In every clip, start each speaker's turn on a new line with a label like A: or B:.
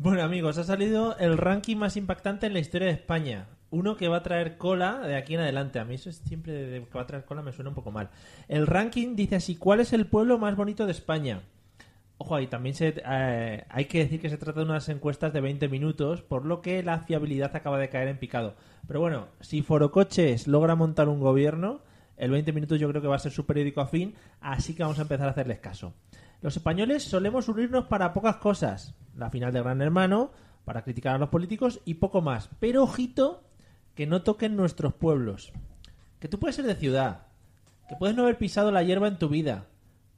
A: Bueno, amigos, ha salido el ranking más impactante en la historia de España. Uno que va a traer cola de aquí en adelante. A mí eso es siempre de que va a traer cola me suena un poco mal. El ranking dice así, ¿cuál es el pueblo más bonito de España? Ojo, ahí también se, eh, hay que decir que se trata de unas encuestas de 20 minutos, por lo que la fiabilidad acaba de caer en picado. Pero bueno, si Forocoches logra montar un gobierno, el 20 minutos yo creo que va a ser su periódico afín, así que vamos a empezar a hacerles caso. Los españoles solemos unirnos para pocas cosas. La final de Gran Hermano, para criticar a los políticos y poco más. Pero ojito que no toquen nuestros pueblos. Que tú puedes ser de ciudad, que puedes no haber pisado la hierba en tu vida,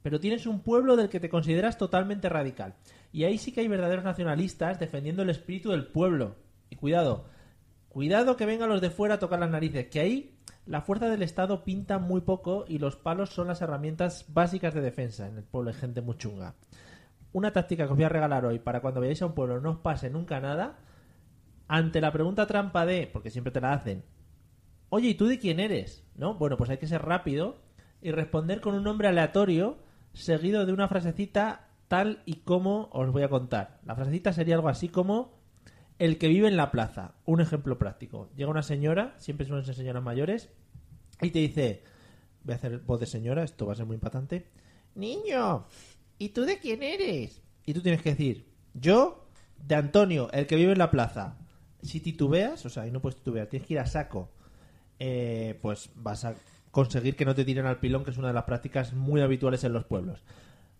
A: pero tienes un pueblo del que te consideras totalmente radical. Y ahí sí que hay verdaderos nacionalistas defendiendo el espíritu del pueblo. Y cuidado, cuidado que vengan los de fuera a tocar las narices, que ahí la fuerza del Estado pinta muy poco y los palos son las herramientas básicas de defensa en el pueblo de gente muy chunga. Una táctica que os voy a regalar hoy para cuando vayáis a un pueblo no os pase nunca nada. Ante la pregunta trampa de, porque siempre te la hacen, oye, ¿y tú de quién eres? ¿No? Bueno, pues hay que ser rápido y responder con un nombre aleatorio seguido de una frasecita tal y como os voy a contar. La frasecita sería algo así como el que vive en la plaza. Un ejemplo práctico. Llega una señora, siempre suelen ser señoras mayores, y te dice, voy a hacer voz de señora, esto va a ser muy impactante. Niño, ¿y tú de quién eres? Y tú tienes que decir, yo de Antonio, el que vive en la plaza. Si titubeas, o sea, y no puedes titubear, tienes que ir a saco. Eh, pues vas a conseguir que no te tiren al pilón, que es una de las prácticas muy habituales en los pueblos.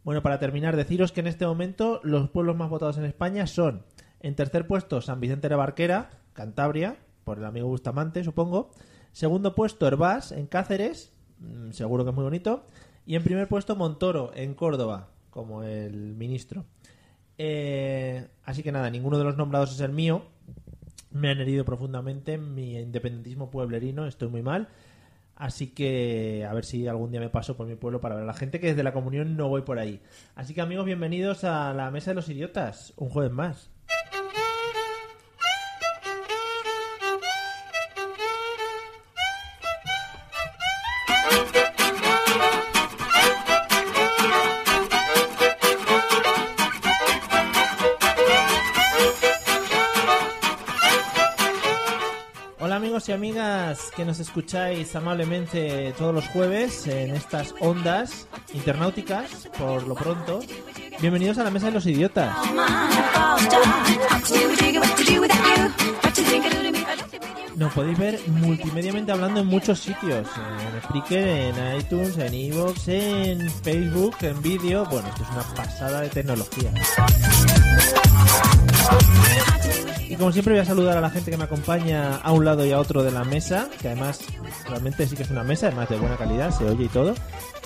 A: Bueno, para terminar, deciros que en este momento los pueblos más votados en España son en tercer puesto, San Vicente de Barquera, Cantabria, por el amigo Bustamante, supongo. Segundo puesto, Herbás, en Cáceres, mm, seguro que es muy bonito. Y en primer puesto, Montoro, en Córdoba, como el ministro. Eh, así que nada, ninguno de los nombrados es el mío. Me han herido profundamente mi independentismo pueblerino, estoy muy mal. Así que a ver si algún día me paso por mi pueblo para ver a la gente que desde la comunión no voy por ahí. Así que amigos, bienvenidos a la Mesa de los Idiotas, un jueves más. Hola amigos y amigas que nos escucháis amablemente todos los jueves en estas ondas internauticas, por lo pronto. Bienvenidos a la Mesa de los Idiotas. Nos podéis ver multimediamente hablando en muchos sitios. En Spreaker, en iTunes, en Evox, en Facebook, en vídeo. Bueno, esto es una pasada de tecnología. Y como siempre voy a saludar a la gente que me acompaña a un lado y a otro de la mesa, que además realmente sí que es una mesa, además de buena calidad, se oye y todo.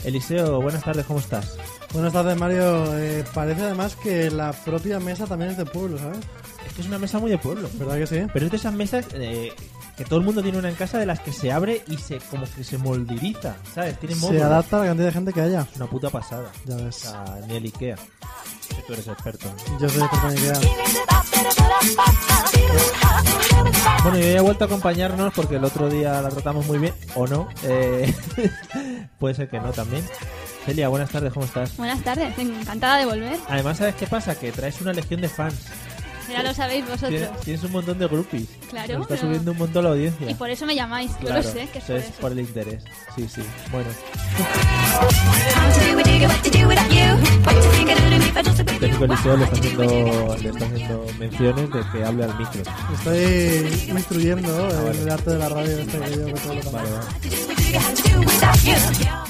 A: Eliseo, buenas tardes, ¿cómo estás?
B: Buenas tardes, Mario. Eh, parece además que la propia mesa también es de pueblo, ¿sabes?
A: Es que es una mesa muy de pueblo.
B: ¿Verdad que sí?
A: Pero es de esas mesas eh, que todo el mundo tiene una en casa de las que se abre y se como que se moldiriza, ¿sabes? Tiene
B: Se
A: módulos.
B: adapta a la cantidad de gente que haya.
A: Es una puta pasada.
B: Ya
A: O
B: ves.
A: sea, ni el Ikea. Que tú eres experto.
B: Yo soy experto en Ikea.
A: Bueno, y hoy ha vuelto a acompañarnos porque el otro día la tratamos muy bien, o no. eh, puede ser que no también. Celia, buenas tardes, ¿cómo estás?
C: Buenas tardes, encantada de volver.
A: Además, ¿sabes qué pasa? Que traes una legión de fans.
C: Ya lo sabéis vosotros.
A: Tienes, tienes un montón de groupies.
C: Claro,
A: Nos está
C: pero-
A: subiendo un montón la audiencia.
C: Y por eso me llamáis, yo
A: Claro,
C: lo sé, que es por
A: es
C: eso.
A: por el interés. Sí, sí. Bueno, el técnico Eliseo le está haciendo, le está haciendo menciones de que hable al micro.
B: Estoy me instruyendo en
A: Ah, vale.
B: el arte de la radio este que yo que todo lo que-
A: Vale, vale.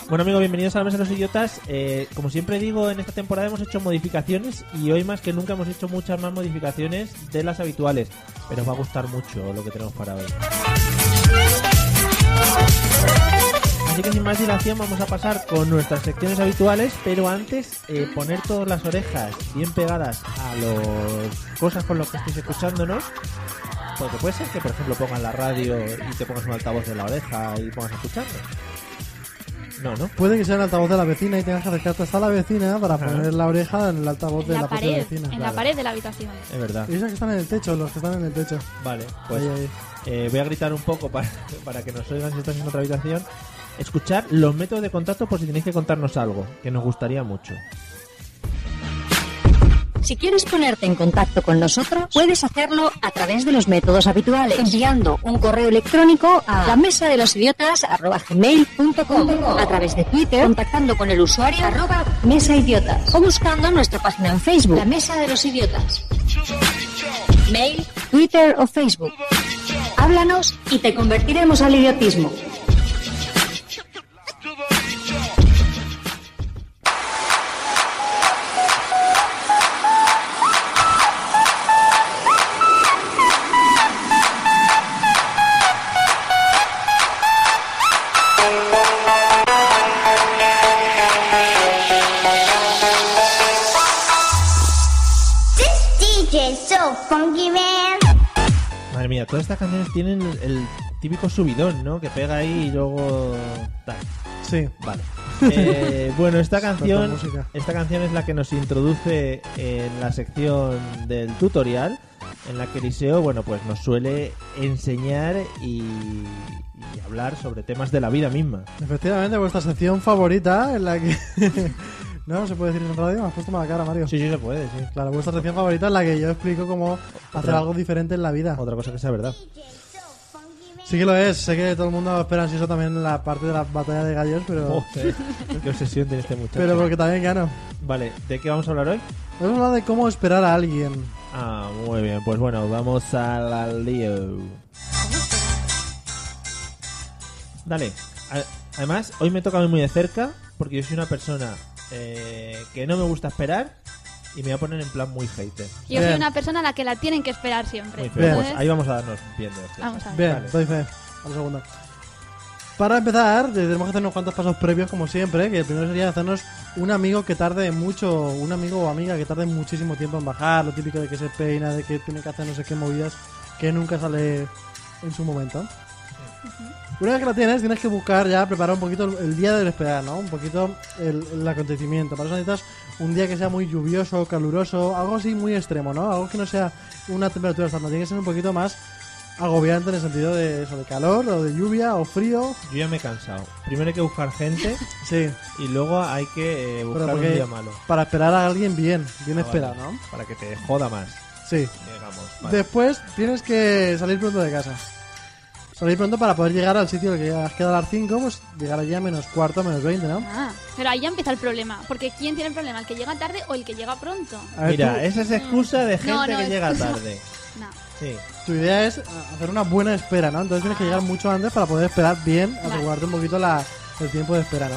A: Bueno amigos, bienvenidos a la Mesa de los Idiotas. Eh, como siempre digo, en esta temporada hemos hecho modificaciones y hoy más que nunca hemos hecho muchas más modificaciones de las habituales. Pero os va a gustar mucho lo que tenemos para hoy. Así que sin más dilación vamos a pasar con nuestras secciones habituales, pero antes eh, poner todas las orejas bien pegadas a las cosas con las que estéis escuchándonos. Porque puede ser que, por ejemplo, pongas la radio y te pongas un altavoz de la oreja y pongas a escucharnos. No, ¿no?
B: Puede que sea el altavoz de la vecina y tengas que acercarte hasta la vecina para
A: Ajá.
B: poner la oreja en el altavoz
C: En
B: de la,
C: la
B: propia
C: pared,
B: vecina.
C: en la
A: claro.
C: pared de la habitación.
A: Es verdad.
B: Y esos que están en el techo, los que están en el techo.
A: Vale, pues
B: Ahí, ahí.
A: eh, voy a gritar un poco para, para que nos oigan si estáis en otra habitación. Escuchar los métodos de contacto por si tenéis que contarnos algo, que nos gustaría mucho.
D: Si quieres ponerte en contacto con nosotros, puedes hacerlo a través de los métodos habituales, enviando un correo electrónico a la mesa de los idiotas a través de Twitter, contactando con el usuario arroba mesa idiotas o buscando nuestra página en Facebook, la mesa de los idiotas. Mail, Twitter o Facebook. Háblanos y te convertiremos al idiotismo.
E: This DJ's so funky, man.
A: Madre mía, todas estas canciones tienen el, el típico subidón, ¿no? Que pega ahí y luego... tal.
B: Sí.
A: Vale. Eh, bueno, esta canción,
B: Suelta música.
A: esta canción es la que nos introduce en la sección del tutorial, en la que Eliseo, bueno, pues nos suele enseñar y, y hablar sobre temas de la vida misma.
B: Efectivamente, vuestra sección favorita en la que... no, se puede decir en radio, me has puesto mala cara, Mario.
A: Sí, sí se puede, sí.
B: Claro, vuestra sección favorita en la que yo explico cómo hacer algo diferente en la vida.
A: Otra cosa que sea verdad.
B: Sí que lo es, sé que todo el mundo espera ansioso también la parte de la batalla de gallos, pero,
A: Joder, qué obsesión tiene este muchacho.
B: pero porque también gano.
A: Vale, ¿de qué vamos a hablar hoy?
B: Vamos a hablar de cómo esperar a alguien.
A: Ah, muy bien, pues bueno, vamos a la lío. Dale, A- además, hoy me toca a mí muy de cerca, porque yo soy una persona eh, que no me gusta esperar y me voy a poner en plan muy hater.
C: Yo
B: Bien.
C: soy una persona a la que la tienen que esperar siempre.
A: Muy feo.
B: Bien.
A: Pues
C: Entonces,
A: ahí vamos a darnos viendo.
C: Vamos a ver.
B: Bien,
A: Vale.
B: doy fe. A la segunda. Para empezar, eh, tenemos que hacer unos cuantos pasos previos, como siempre, eh, que el primero sería hacernos un amigo que tarde mucho, un amigo o amiga que tarde muchísimo tiempo en bajar, lo típico de que se peina, de que tiene que hacer no sé qué movidas, que nunca sale en su momento. Una vez que la tienes, tienes que buscar ya, preparar un poquito el, el día del esperar, ¿no? Un poquito el, el acontecimiento. Para eso necesitas un día que sea muy lluvioso, caluroso, algo así muy extremo, ¿no? Algo que no sea una temperatura estándar, tiene que ser un poquito más agobiante en el sentido de eso, de calor, o de lluvia, o frío.
A: Yo ya me he cansado. Primero hay que buscar gente
B: Sí,
A: y luego hay que eh, buscar
B: porque-
A: un día malo.
B: para esperar a alguien bien, bien
A: Ah,
B: esperado,
A: vale.
B: ¿no?
A: Para que te joda más,
B: Sí.
A: digamos. Vale.
B: Después tienes que salir pronto de casa. Salir pronto para poder llegar al sitio que has quedado a las 5, pues llegar allí a menos cuarto, menos 20, ¿no?
C: Ah, pero ahí ya empieza el problema. Porque ¿quién tiene el problema? ¿El que llega tarde o el que llega pronto?
B: A ver,
A: Mira,
B: tú-
A: esa es excusa de
C: No,
A: gente
C: no,
A: que llega
C: excusa.
A: tarde.
C: No.
A: Sí.
B: Tu idea es ah, hacer una buena espera, ¿no? Entonces tienes que llegar mucho antes para poder esperar bien,
C: Vale.
B: asegurarte un poquito la, el tiempo de espera, ¿no?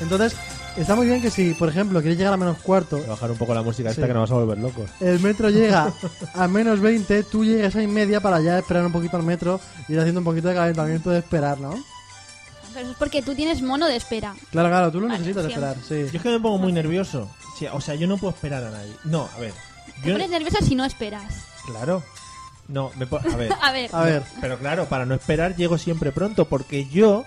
B: Entonces, está muy bien que si, por ejemplo, quieres llegar a menos cuarto,
A: Voy a bajar un poco la música esta
B: Sí.
A: que nos vas a volver locos.
B: el metro llega a menos 20, tú llegas a y media para ya esperar un poquito al metro y ir haciendo un poquito de calentamiento de esperar, ¿no?
C: Pero eso es porque tú tienes mono de espera.
B: Claro, claro, tú lo
C: Vale,
B: necesitas
C: siempre.
B: esperar,
A: Yo
B: sí.
A: es que me pongo muy nervioso. Sí, O sea, yo no puedo esperar a nadie. No, a ver.
C: Te
A: Yo,
C: pones nervioso si no esperas.
A: claro. No, me po- a ver.
C: A ver,
B: A ver,
A: Pero claro, para no esperar llego siempre pronto porque yo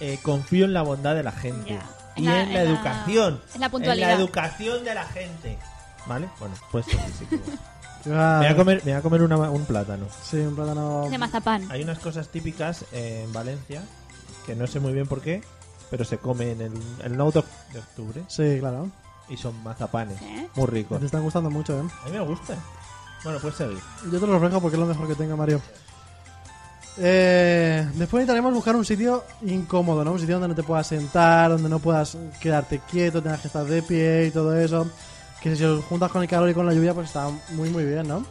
A: eh, confío en la bondad de la gente.
C: Ya.
A: Y
C: En
A: en
C: la-
A: la,
C: en la-
A: educación.
C: en la puntualidad.
A: En la educación de la gente. ¿Vale? Bueno, pues sí, sí que-
B: ah,
A: me voy a comer, me voy a comer una ma- un plátano.
B: sí, un plátano...
C: de mazapán.
A: Hay unas cosas típicas eh, en Valencia que no sé muy bien por qué, pero se come en el, el 9 de octubre
B: Sí, claro.
A: y son mazapanes.
C: ¿Eh?
A: Muy
B: Te
A: ricos.
B: están gustando mucho, ¿eh?
A: A mí me gusta. Bueno, puedes seguir.
B: Yo te lo ofrezco porque es lo mejor que tengo, Mario. Eh, después intentaremos buscar un sitio incómodo, ¿no? Un sitio donde no te puedas sentar, donde no puedas quedarte quieto, tengas que estar de pie y todo eso. Que si os juntas con el calor y con la lluvia, pues está muy, muy bien, ¿no?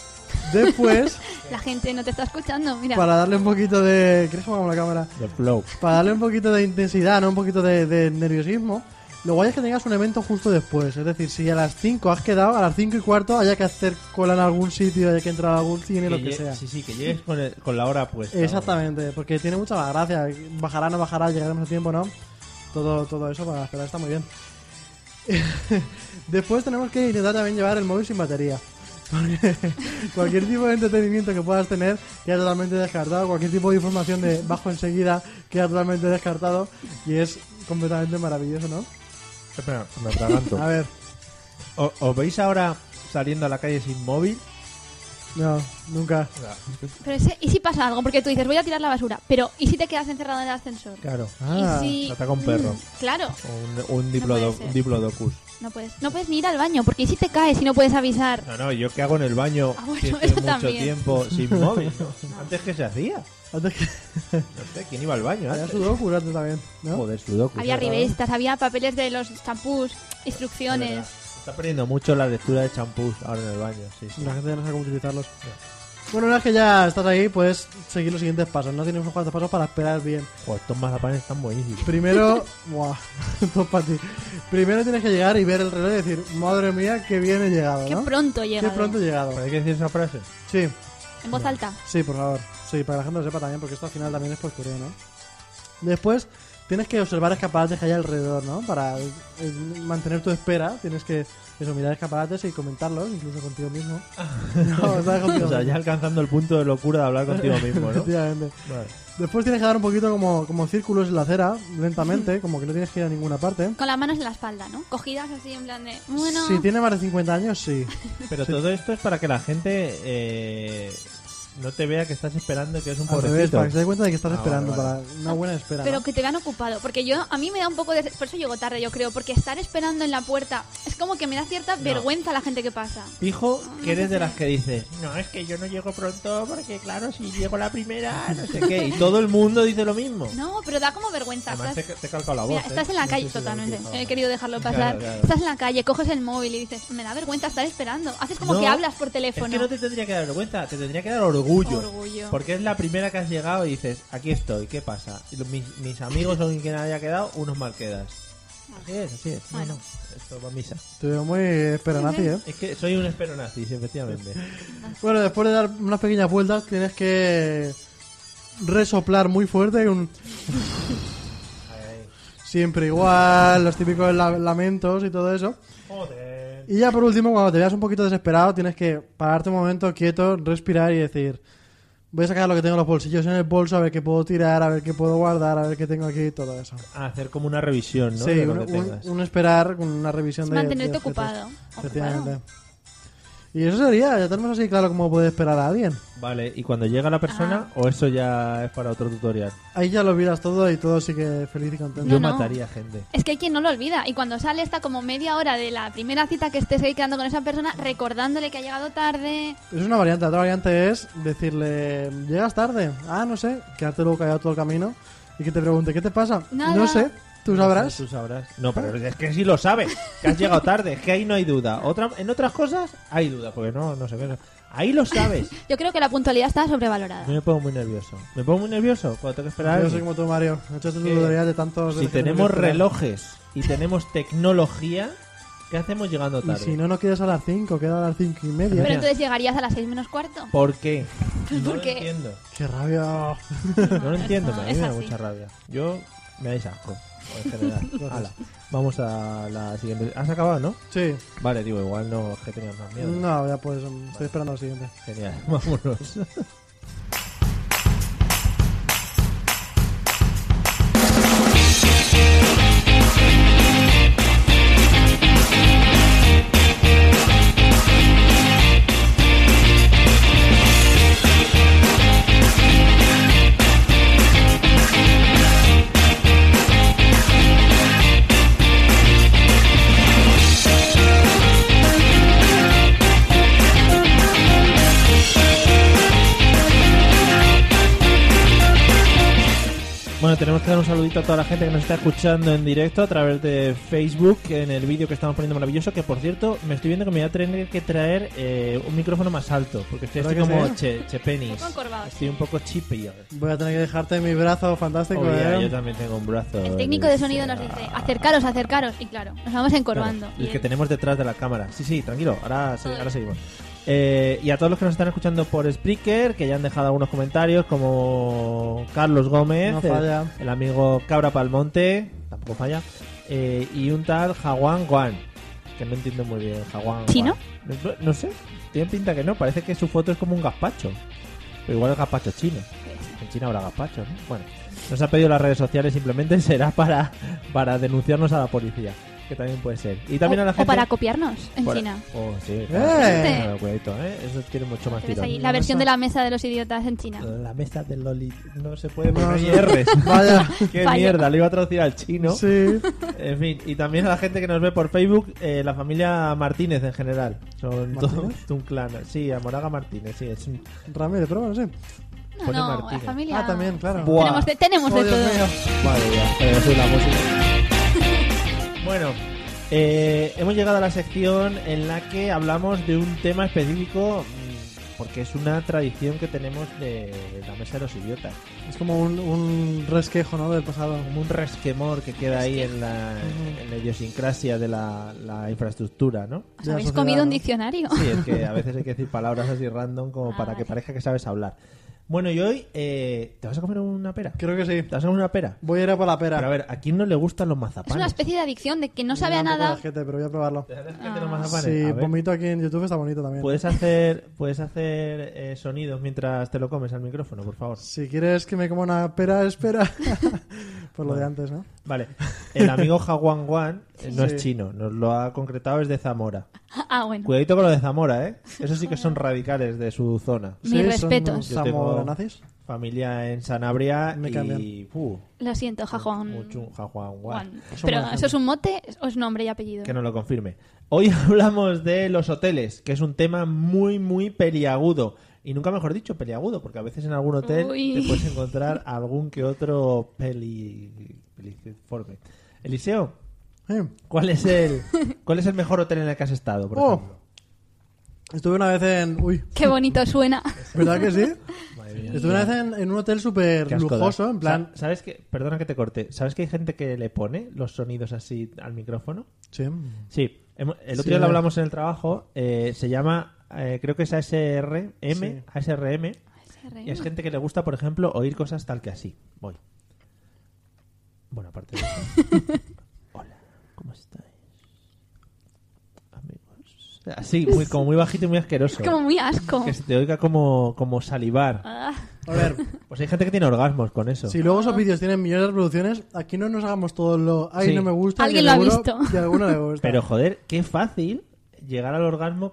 B: Después,
C: La gente no te está escuchando, mira.
B: para darle un poquito de... ¿Quieres que pongamos la cámara?
A: The Flow.
B: Para darle un poquito de intensidad, ¿no? Un poquito de, de nerviosismo. Lo guay es que tengas un evento justo después. Es decir, si a las 5 has quedado, a las 5 y cuarto haya que hacer cola en algún sitio, haya que entrar a algún cine, lo que
A: lle-
B: sea.
A: Sí, sí, que llegues con, el- con la hora puesta.
B: Exactamente, porque tiene mucha más gracia. Bajará, no bajará, llegaremos a tiempo, ¿no? Todo, todo eso para esperar está muy bien. Después tenemos que intentar también llevar el móvil sin batería. Porque cualquier tipo de entretenimiento que puedas tener queda totalmente descartado. Cualquier tipo de información de bajo enseguida queda totalmente descartado. Y es completamente maravilloso, ¿no?
A: Espera, me atraganto.
B: A ver,
A: ¿O- ¿Os veis ahora saliendo a la calle sin móvil?
B: no, nunca.
C: Pero ese- ¿y si pasa algo? Porque tú dices, voy a tirar la basura. Pero ¿y si te quedas encerrado en el ascensor?
A: Claro.
B: Ah,
C: ¿Y si...
A: te ataca un perro.
C: Mm, claro,
A: O Un, un,
C: puede
A: diplodo-
C: ser.
A: un diplodocus.
C: no puedes, no puedes ni ir al baño, porque ¿y si te caes y no puedes avisar?
A: No, no, yo que hago en el baño
C: Ah, bueno,
A: que estoy
C: eso
A: mucho
C: también.
A: tiempo sin móvil. ¿no? Antes que se hacía.
B: Antes que.
A: No sé, ¿quién iba al baño?
B: Había
A: antes?
B: Sudoku antes también, ¿no?
A: Joder, sudoku.
C: había
A: Es verdad.
C: revistas, había papeles de los champús,
A: Es verdad.
C: instrucciones.
A: Se Está perdiendo mucho la lectura de champús ahora en el baño. Sí, sí.
B: La gente ya no sabe cómo utilizarlos. Bueno, una vez que ya estás ahí, puedes seguir los siguientes pasos. No tienes unos cuantos pasos para esperar bien.
A: Joder, estos mazapanes están buenísimos.
B: Primero, buah, todo para ti. Primero tienes que llegar y ver el reloj y decir, madre mía, qué bien he llegado,
C: Qué
B: ¿no?
C: pronto llega.
B: Qué pronto he llegado.
A: ¿Hay que decir esa frase?
B: Sí,
C: En voz alta.
B: sí, por favor. Sí, para que la gente lo sepa también, porque esto al final también es postureo, ¿no? Después, tienes que observar escaparates que hay alrededor, ¿no? Para eh, mantener tu espera, tienes que eso, mirar escaparates y comentarlos, incluso contigo mismo. No, estás contigo
A: O sea, ya
B: mismo.
A: alcanzando el punto de locura de hablar contigo mismo, ¿no?
B: Efectivamente.
A: Vale.
B: Después tienes que dar un poquito como, como círculos en la acera, lentamente, como que no tienes que ir a ninguna parte.
C: Con las manos en la espalda, ¿no? Cogidas así en plan de... Bueno...
B: Si tiene más de 50 años, sí.
A: Pero todo esto es para que la gente eh, no te vea que estás esperando que es un
B: Al revés,
A: pobrecito.
B: para que se dé cuenta de que estás
A: Ah,
B: esperando,
A: vale, vale.
B: para una buena espera.
C: Pero
B: ¿no?
C: que te vean ocupado, porque yo a mí me da un poco de... Por eso llego tarde, yo creo, porque estar esperando en la puerta es como que me da cierta vergüenza la gente que pasa.
A: Dijo que eres de
C: sé.
A: las que dices, no, es que yo no llego pronto porque claro, si llego la primera, no sé qué. Y todo el mundo dice lo mismo.
C: No, pero da como vergüenza.
A: Además, te,
C: estás...
A: te he calcado la voz.
C: Mira,
A: ¿eh?
C: estás en la
A: No
C: calle,
A: sé si lo
C: totalmente. Eh,
A: dices.
C: He querido dejarlo
A: Claro,
C: pasar.
A: claro.
C: Estás en la calle, coges el móvil y dices, me da vergüenza estar esperando. Haces como
A: No,
C: que hablas por
A: Es
C: teléfono.
A: que no te tendría que dar vergüenza, te tendría que dar orgullo.
C: Orgullo.
A: Porque es la primera que has llegado y dices, aquí estoy, ¿qué pasa? Y lo- mis, mis amigos son quien haya quedado, unos mal quedas. Así es, así es.
C: Bueno.
A: Bueno, esto va a misa.
B: Te veo muy esperanazi, ¿eh?
A: Es que soy un espero nazi, efectivamente.
B: Bueno, después de dar unas pequeñas vueltas, tienes que resoplar muy fuerte. Un... Siempre igual, los típicos la- lamentos y todo eso.
A: Joder.
B: Y ya por último, cuando te veas un poquito desesperado, tienes que pararte un momento quieto, respirar y decir, voy a sacar lo que tengo en los bolsillos en el bolso, a ver qué puedo tirar, a ver qué puedo guardar, a ver qué tengo aquí y todo eso.
A: A hacer como una revisión, ¿no?
B: sí,
A: De lo
B: un,
A: que
B: un-
A: tengas.
B: un esperar, con una revisión
C: Es
B: de...
C: mantenerte
B: de objetos.
C: ocupado.
B: Efectivamente.
C: Ocupado.
B: Y eso sería, ya tenemos así claro cómo puede esperar a alguien.
A: Vale, ¿y cuando llega la persona
C: Ah.
A: o eso ya es para otro tutorial?
B: Ahí ya lo miras todo y todo sigue feliz y contento.
C: No,
A: Yo
C: no.
A: mataría gente.
C: Es que hay quien no lo olvida y cuando sale está como media hora de la primera cita que estés ahí quedando con esa persona recordándole que ha llegado tarde.
B: Es una variante, la otra variante es decirle, llegas tarde, ah, no sé, quedarte luego callado todo el camino y que te pregunte, ¿qué te pasa?
C: Nada.
B: No sé, tú sabrás.
A: Tú sabrás. No, pero es que sí lo sabe, que has llegado tarde, es que ahí no hay duda. Otra, en otras cosas hay duda, porque no, no sé qué. Ahí lo sabes.
C: Yo creo que la puntualidad está sobrevalorada.
A: Yo me pongo muy nervioso. Me pongo muy nervioso cuando tengo que esperar. a
B: Yo
A: alguien.
B: soy como tú, Mario. He hecho estas
A: Que-
B: tutorías de tantos... de
A: Si
B: gente que
A: tenemos
B: espera.
A: relojes y tenemos tecnología, ¿qué hacemos llegando
B: Y
A: tarde?
B: si no, no quedas a las 5, queda a las 5 y media.
C: Pero
A: Mira.
C: entonces llegarías a las seis menos cuarto.
A: ¿Por qué?
C: Pues
A: no
C: porque-
A: lo entiendo.
B: ¡Qué rabia!
A: No lo entiendo,
C: esto
A: me- a mí
C: es
A: me da
C: así.
A: mucha rabia. Yo me dais asco, en general. Hala, vamos a la siguiente. ¿Has acabado, no?
B: Sí.
A: Vale, digo, igual no, es que tenías más miedo.
B: No, ya pues, mm, estoy esperando al siguiente.
A: Genial, vámonos. Bueno, tenemos que dar un saludito a toda la gente que nos está escuchando en directo a través de Facebook, en el vídeo que estamos poniendo maravilloso, que por cierto, me estoy viendo que me voy a tener que traer eh, un micrófono más alto, porque estoy así
B: ¿Verdad que
A: como
B: sí?
A: che, chepenis.
C: Un poco encorvado,
A: Estoy un poco chipio.
B: Voy a tener que dejarte mi brazo fantástico.
A: Oh, yeah,
B: eh.
A: yo también tengo un brazo.
C: El técnico de sonido nos dice, acercaros, acercaros. Y claro, nos vamos encorvando.
A: Claro, el que
C: Bien.
A: tenemos detrás de la cámara. Sí, sí, tranquilo, ahora, se- ahora seguimos. Eh, y a todos los que nos están escuchando por Spreaker, que ya han dejado algunos comentarios, como Carlos Gómez,
B: No
A: eh,
B: falla.
A: el, amigo Cabra Palmonte, tampoco falla, eh, y un tal Jaguán Guan, que no entiendo muy bien. Jaguán
C: ¿Chino?
A: Guan. No, no sé, tiene pinta que no, parece que su foto es como un gazpacho. Pero igual el gazpacho es chino. En China habrá gazpacho, ¿no? Bueno, nos ha pedido las redes sociales, simplemente será para, para denunciarnos a la policía, que también puede ser. Y también
C: o,
A: a la
C: o
A: gente.
C: para copiarnos en
A: Por-
C: China.
A: Oh, sí,
B: ¡Eh!
A: claro, cuidadito, ¿eh? Eso tiene mucho más
C: Te ves
A: tirón.
C: ahí, la versión de la mesa de los idiotas en China.
A: La mesa del Loli. No se puede
B: No,
A: poner
B: sí.
A: R's.
B: Vaya.
A: Qué
C: Fallo.
A: mierda, lo iba a traducir al chino.
B: Sí.
A: En fin, y también a la gente que nos ve por Facebook, eh, la familia Martínez en general. Son todos
B: ¿Martínez?
A: un clan. Sí, a Moraga Martínez, sí. Es un...
B: Ramírez, pero bueno, sí.
C: No,
A: pone
C: no,
A: Martínez.
C: la familia.
B: Ah, también, claro.
A: Buah.
C: Tenemos de, tenemos de
B: Oh, Dios
C: todo.
B: mío.
A: Madre mía, pero soy la música. Bueno, eh, hemos llegado a la sección en la que hablamos de un tema específico mm, porque es una tradición que tenemos de la mesa de los idiotas.
B: Es como un, un resquejo, ¿no? Del pasado.
A: Como un resquemor que queda ahí en la,
B: Ujú.
A: en la idiosincrasia de la, la infraestructura, ¿no?
C: ¿Os
B: De la
C: habéis
B: sociedad,
C: comido un
B: ¿no?
C: diccionario?
A: Sí, es que a veces hay que decir palabras así random como
C: Ah,
A: para que
C: vale.
A: parezca que sabes hablar. Bueno, y hoy, eh, ¿te vas a comer una pera? ¿Te
B: Creo que sí.
A: vas a comer una pera?
B: Voy a ir a por la pera.
A: Pero a ver, ¿a quién no le gustan los mazapanes?
C: Es una especie de adicción de que no
B: Me
C: sabe
B: da
C: a
B: un poco de
C: nada.
B: ajete, pero voy a probarlo.
A: ¿Te das cuenta de
C: Ah.
A: los mazapanes?
B: Sí,
A: Ah, A ver,
B: vomito aquí en YouTube está bonito también.
A: ¿Puedes hacer, puedes hacer eh, sonidos mientras te lo comes al micrófono, por favor?
B: Si quieres que me coma una pera, espera. por lo de antes, ¿no?
A: Vale. El amigo Jaguan Wan eh, no
B: Sí.
A: es chino, nos lo ha concretado, es de Zamora.
C: Ah, bueno.
A: Cuidadito con lo de Zamora, ¿eh? Eso sí que son radicales de su zona.
C: Mis
B: sí,
C: respetos.
B: Son unos
A: Yo tengo-
B: zamoranazis.
A: Familia en Sanabria
B: Me
A: y...
B: cambian.
A: Uh,
C: Lo siento, Jajón.
A: mucho Jaguan Wan.
C: Juan.
B: Eso
C: Pero
B: me
C: eso es un mote o es nombre y apellido.
A: Que nos lo confirme. Hoy hablamos de los hoteles, que es un tema muy, muy peliagudo. Y nunca mejor dicho, peliagudo, porque a veces en algún hotel
C: Uy.
A: te puedes encontrar algún que otro peli... peliciforme. Eliseo,
B: Sí.
A: ¿cuál es el cuál es el mejor hotel en el que has estado, por
B: Oh.
A: ejemplo?
B: Estuve una vez en. Uy,
C: Qué bonito suena.
B: ¿verdad que sí?
A: Madre mía.
B: Estuve una vez en, en un hotel súper
A: Qué asco ¿eh? da.
B: lujoso, en plan.
A: Sa- ¿Sabes que Perdona que te corte. ¿Sabes que hay gente que le pone los sonidos así al micrófono?
B: Sí.
A: Sí. Hemo- El otro
B: Sí, eh.
A: día lo
B: ¿verdad?
A: hablamos en el trabajo. eh, se llama, eh, creo que es ASR, M,
B: Sí.
A: ASRM. Y es
C: Serreno.
A: gente que le gusta, por ejemplo, oír cosas tal que así. Voy. Bueno, aparte de eso. Hola, ¿cómo estáis? Amigos. Así, muy, como muy bajito y muy asqueroso.
C: Es como muy asco.
A: Que se te oiga como, como salivar.
C: Ah,
B: A ver,
A: Pues hay gente que tiene orgasmos con eso.
B: si luego esos vídeos tienen millones de reproducciones, aquí no nos hagamos todo lo. Ay,
A: Sí.
B: no me gusta.
C: Alguien
B: y
C: lo ha
B: alguno-
C: visto.
B: Y alguno le gusta.
A: Pero joder, qué fácil llegar al orgasmo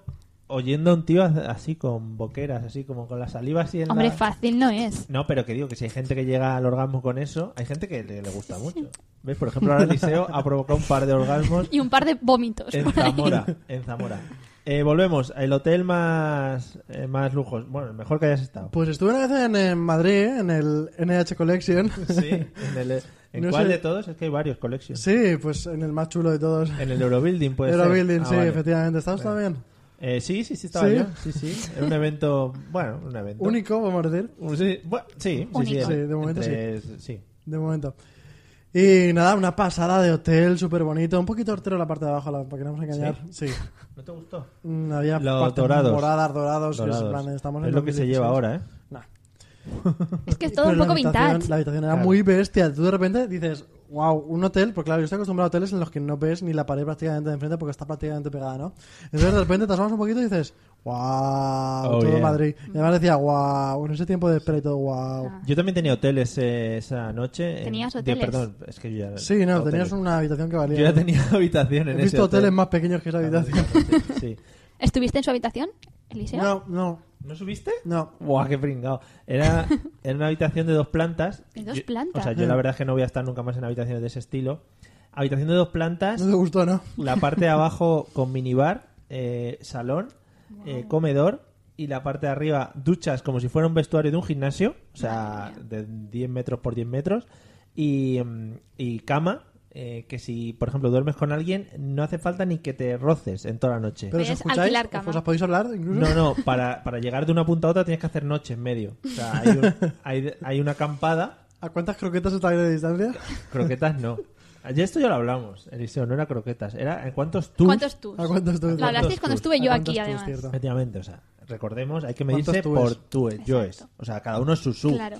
A: oyendo a un tío así con boqueras, así como con la saliva así en
C: hombre,
A: la-
C: fácil no es.
A: No, pero que digo que si hay gente que llega al orgasmo con eso, hay gente que le, le gusta mucho. ¿Ves? Por ejemplo, ahora Eliseo ha provocado un par de orgasmos
C: Y un par de vómitos.
A: en
C: por ahí.
A: Zamora. En Zamora. Eh, volvemos, el hotel más, eh, más lujos. Bueno, el mejor que hayas estado.
B: Pues estuve una vez en, en Madrid, ¿eh? en el NH Collection.
A: Sí. ¿En, el- en
B: No
A: cuál
B: sé.
A: de todos? Es que hay varios collections.
B: Sí, pues en el más chulo de todos.
A: En el Eurobuilding Eh, puede ser.
B: Eurobuilding,
A: Ah,
B: sí,
A: vale.
B: efectivamente. ¿Estabas
A: Vale.
B: también?
A: Eh, sí, sí, sí, estaba
B: Sí.
A: yo. Sí, sí. Era un evento. Bueno, un evento.
B: Único, vamos a decir,
A: Un- Sí, bueno, sí, sí,
C: Único.
B: Sí, de momento
A: entre- sí.
B: de momento. Y nada, una pasada de hotel, súper bonito. Un poquito hortero la parte de abajo, la- para que no nos engañar. Sí.
A: ¿No te gustó?
B: Mm, Había
A: Los
B: partes
A: dorados.
B: moradas, dorados. que
A: Dorados.
B: es, en plan, estamos en
A: es lo que se
B: 2016.
A: lleva ahora, ¿eh?
B: Nah.
C: Es que es todo
B: Pero
C: un
B: la
C: poco
B: habitación-
C: vintage.
B: La habitación era
A: Claro.
B: muy bestia. Tú de repente dices, wow, un hotel. Porque claro, yo estoy acostumbrado a hoteles en los que no ves ni la pared prácticamente de enfrente porque está prácticamente pegada, ¿no? Entonces de repente te asomas un poquito y dices, wow,
A: Oh,
B: todo
A: yeah.
B: Madrid. Y además decía, wow, en ese tiempo de espera y todo, wow.
C: Ah.
A: Yo también tenía hoteles eh, esa noche. en-
C: ¿Tenías
A: de-
C: hoteles?
A: perdón, es que yo ya.
B: Sí, no,
A: hoteles.
B: tenías una habitación que
A: Yo
B: valía.
A: ya tenía habitación
B: He
A: en ese
B: visto hoteles
A: hotel.
B: más pequeños que esa habitación.
A: Sí.
C: ¿Estuviste en su habitación, Eliseo?
B: No, no,
A: ¿No subiste?
B: no.
A: Buah, qué pringado. Era, era una habitación de dos plantas.
C: ¿De dos
A: Yo-
C: plantas?
A: O sea, yo la verdad es que no voy a estar nunca más en habitaciones de ese estilo. Habitación de dos plantas.
B: No te gustó, ¿no?
A: la parte de abajo con minibar, eh, salón, eh, comedor y la parte de arriba duchas como si fuera un vestuario de un gimnasio, o sea, de 10 metros por 10 metros. y, mm, y cama, eh, que si, por ejemplo, duermes con alguien, no hace falta ni que te roces en toda la noche.
B: Pero si
C: Es
B: escucháis,
C: alquilar
B: os,
C: cama.
B: os podéis hablar incluso.
A: No, no, para, para llegar de una punta a otra tienes que hacer noche en medio. O sea, hay, un- hay- hay una acampada,
B: ¿A cuántas croquetas estáis de distancia?
A: croquetas no. Ayer esto ya lo hablamos, Eliseo, no era croquetas, era en cuántos tú.
C: ¿Cuántos tú?
B: ¿A cuántas tú?
C: Lo hablasteis cuando estuve yo aquí, además.
A: Efectivamente, o sea, recordemos, hay que
B: ¿Cuántos
A: medirse
B: túes?
A: por túes, yoes.
C: Exacto.
A: O sea, cada uno es su su.
C: Claro.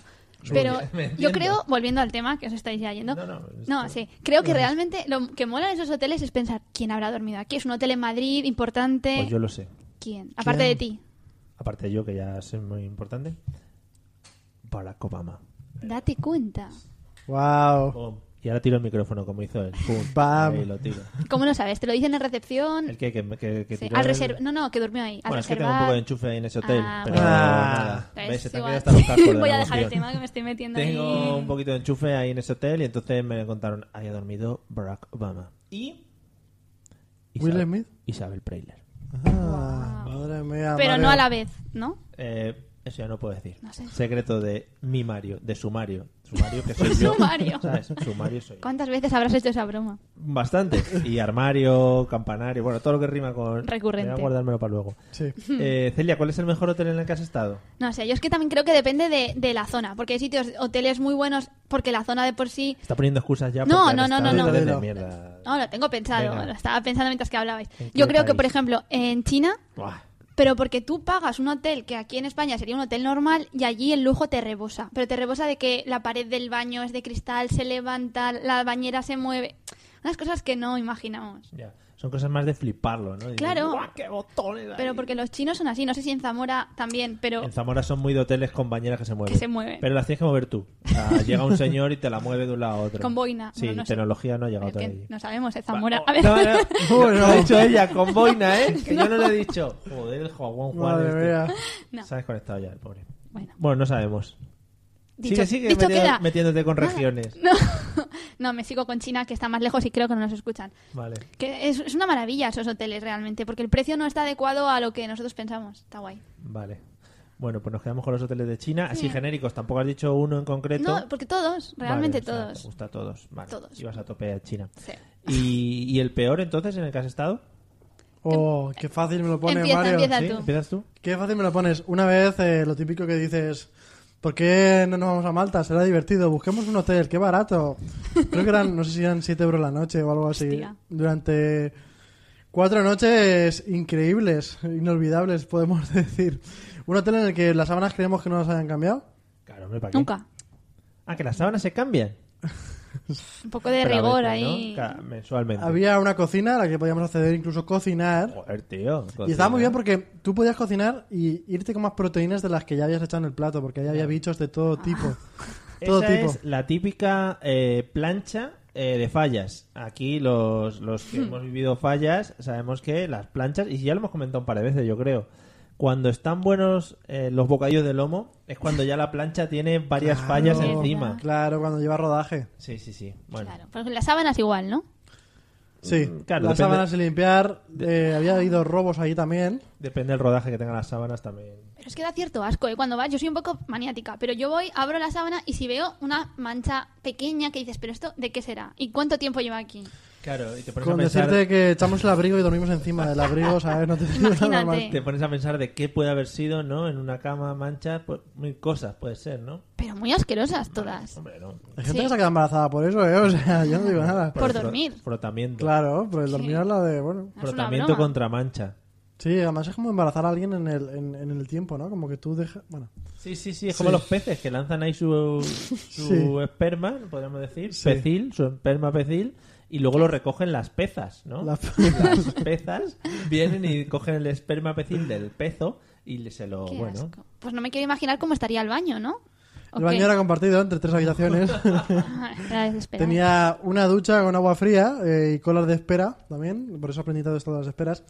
C: Pero
A: Me entiendo.
C: yo creo, volviendo al tema que os estáis ya yendo,
A: No, no, esto-
C: sí, creo que realmente lo que mola en esos hoteles es pensar quién habrá dormido aquí. Es un hotel en Madrid importante.
A: Pues yo lo sé.
C: ¿Quién? Aparte de ti.
A: Aparte de yo, que ya soy muy importante. Barack Obama.
C: Date cuenta.
B: Wow.
A: Pum. Y ahora tiro el micrófono como hizo él. Pum.
B: Bam.
A: Ahí lo tiro.
C: ¿Cómo lo sabes? ¿Te lo dicen en recepción?
A: El que, que, que, que
C: Sí,
A: tiró
C: al
A: el-
C: reserv- No, no, que durmió ahí. Al
A: Bueno, es que tengo
C: reservar.
A: un poco de enchufe ahí en ese hotel.
C: Ah,
A: pero
B: bueno.
A: nada.
C: Ves,
A: ¿Ves? Se te han
C: igual.
A: quedado hasta los cascos de la
C: Voy a dejar el
A: emoción.
C: tema que me estoy metiendo ahí.
A: Tengo un poquito de enchufe ahí en ese hotel y entonces me contaron, había dormido Barack Obama. Y...
B: Will Smith.
A: Isabel Preisler.
B: Ah, Madre mía.
C: Pero
B: Mario.
C: no a la vez, ¿no?
A: Eh, eso ya no puedo decir.
C: No sé.
A: Secreto de mi Mario, de sumario. Sumario que soy yo.
C: Sumario.
A: ¿Sabes? Sumario soy yo.
C: ¿Cuántas veces habrás hecho esa broma?
A: Bastante. Y armario, campanario, bueno, todo lo que rima con...
C: Recurrente.
A: Voy a guardármelo para luego.
B: Sí.
A: Eh, Celia, ¿cuál es el mejor hotel en el que has estado?
C: No sé, yo es que también creo que depende de, de la zona, porque hay sitios, hoteles muy buenos, porque la zona de por sí...
A: Está poniendo excusas ya.
C: No,
A: porque
C: no,
A: han
C: no,
A: estado
C: no, no.
A: desde
B: Dilo.
A: mierda.
C: No, lo tengo pensado,
A: Venga.
C: lo estaba pensando mientras que hablabais.
A: ¿En qué
C: Yo creo que,
A: país?
C: por ejemplo, en China,
A: Buah.
C: pero porque tú pagas un hotel que aquí en España sería un hotel normal y allí el lujo te rebosa. Pero te rebosa de que la pared del baño es de cristal, se levanta, la bañera se mueve. Unas cosas que no imaginamos.
A: Ya. Son cosas más de fliparlo, ¿no? Y
C: Claro.
A: "Guau, qué botones! ahí".
C: Pero porque los chinos son así, no sé si en Zamora también, pero...
A: En Zamora son muy de hoteles con bañeras que se mueven.
C: Que se mueven.
A: Pero las tienes que mover tú. O sea, llega un señor y te la mueve de un lado a otro.
C: Con boina.
A: Sí,
C: Bueno, no sé.
A: tecnología no ha llegado
C: es que
A: todavía.
C: no sabemos, es Zamora. A ver.
A: No, no, no, lo ha dicho ella, con boina, ¿eh? Que yo no lo he dicho. Joder, el Juan Juan.
B: Madre
A: este.
B: mía.
C: No.
A: Se ha desconectado ya, el pobre.
C: Bueno,
A: Bueno, no sabemos.
C: dicho,
A: sigue, sigue
C: dicho
A: metiendo-
C: queda.
A: metiéndote con regiones.
C: No, no, me sigo con China, que está más lejos y creo que no nos escuchan.
A: Vale.
C: Que es, es una maravilla esos hoteles realmente, porque el precio no está adecuado a lo que nosotros pensamos. Está guay.
A: Vale. Bueno, pues nos quedamos con los hoteles de China, así genéricos. Tampoco has dicho uno en concreto.
C: No, porque todos, realmente
A: Vale, o sea, te
C: todos.
A: gusta a todos. Vale.
C: Todos.
A: Ibas a tope a China.
C: Sí.
A: ¿Y, y el peor entonces en el que has estado?
B: Oh, qué fácil me lo pones,
C: Em, Empieza,
B: Mario.
C: empieza. Ya
A: ¿Sí?
C: tú.
A: ¿Empiezas tú?
B: Qué fácil me lo pones. Una vez, eh, lo típico que dices, ¿por qué no nos vamos a Malta? Será divertido. Busquemos un hotel, qué barato. Creo que eran, no sé si eran 7 euros la noche o algo así.
C: Hostia.
B: Durante cuatro noches increíbles, inolvidables, podemos decir. Un hotel en el que las sábanas creemos que no las hayan cambiado.
A: Claro, hombre, ¿para qué?
C: Nunca.
A: Ah, que las sábanas se cambian.
C: Un poco de
A: Pero a
C: rigor
A: veces, ¿no?
C: ahí.
A: Cada- mensualmente.
B: Había una cocina a la que podíamos acceder, incluso cocinar.
A: Joder, tío.
B: Y estaba muy bien porque tú podías cocinar y irte con más proteínas de las que ya habías echado en el plato, porque ahí había bichos de todo tipo. Todo
A: Ah. Esa
B: tipo.
A: es la típica eh, plancha eh, de fallas. Aquí los, los que hemos vivido fallas sabemos que las planchas, y ya lo hemos comentado un par de veces, yo creo, cuando están buenos eh, los bocadillos de lomo, es cuando ya la plancha tiene varias fallas
B: Claro,
A: encima.
B: Claro, cuando lleva rodaje.
A: Sí, sí, sí. Bueno,
C: Claro. Porque las sábanas igual, ¿no?
B: Sí,
A: claro, depende-
B: las sábanas sin limpiar. eh, había habido robos ahí también.
A: depende del rodaje que tengan las sábanas también.
C: Pero es que da cierto asco, ¿eh? Cuando vas, yo soy un poco maniática, pero yo voy, abro la sábana y si veo una mancha pequeña que dices, ¿pero esto de qué será? ¿Y cuánto tiempo lleva aquí?
A: Claro, y te pones, a
B: Con
A: pensar,
B: decirte que echamos el abrigo y dormimos encima del abrigo, ¿sabes? No te digo nada
C: Imagínate.
B: normal.
A: te pones a pensar de qué puede haber sido, ¿no? En una cama, mancha, pues, mil cosas puede ser, ¿no?
C: Pero muy asquerosas todas.
A: Hombre, no.
B: Hay gente
C: Sí.
B: que se ha quedado embarazada por eso, ¿eh? O sea, yo no digo nada.
C: Por
A: el fro-
C: dormir.
A: Frotamiento.
B: Claro, pero el dormir es la de, bueno...
C: Es una
A: Frotamiento
C: broma.
A: contra mancha.
B: Sí, además es como embarazar a alguien en el, en, en el tiempo, ¿no? Como que tú dejas... Bueno,
A: Sí, sí, sí, es como
B: Sí.
A: los peces que lanzan ahí su, su
B: Sí.
A: esperma, podríamos decir,
B: Sí.
A: pecil, su esperma pecil, y luego lo recogen las pezas, ¿no?
B: Las
A: Las pezas vienen y cogen el esperma pecil del pezo y le- se lo.
C: Qué
A: bueno.
C: asco. Pues no me quiero imaginar cómo estaría el baño, ¿no? ¿O
B: el
C: qué?
B: baño era compartido entre tres habitaciones.
C: Era desesperante.
B: Tenía una ducha con agua fría eh, y colas de espera también, por eso aprendí todo esto de las esperas.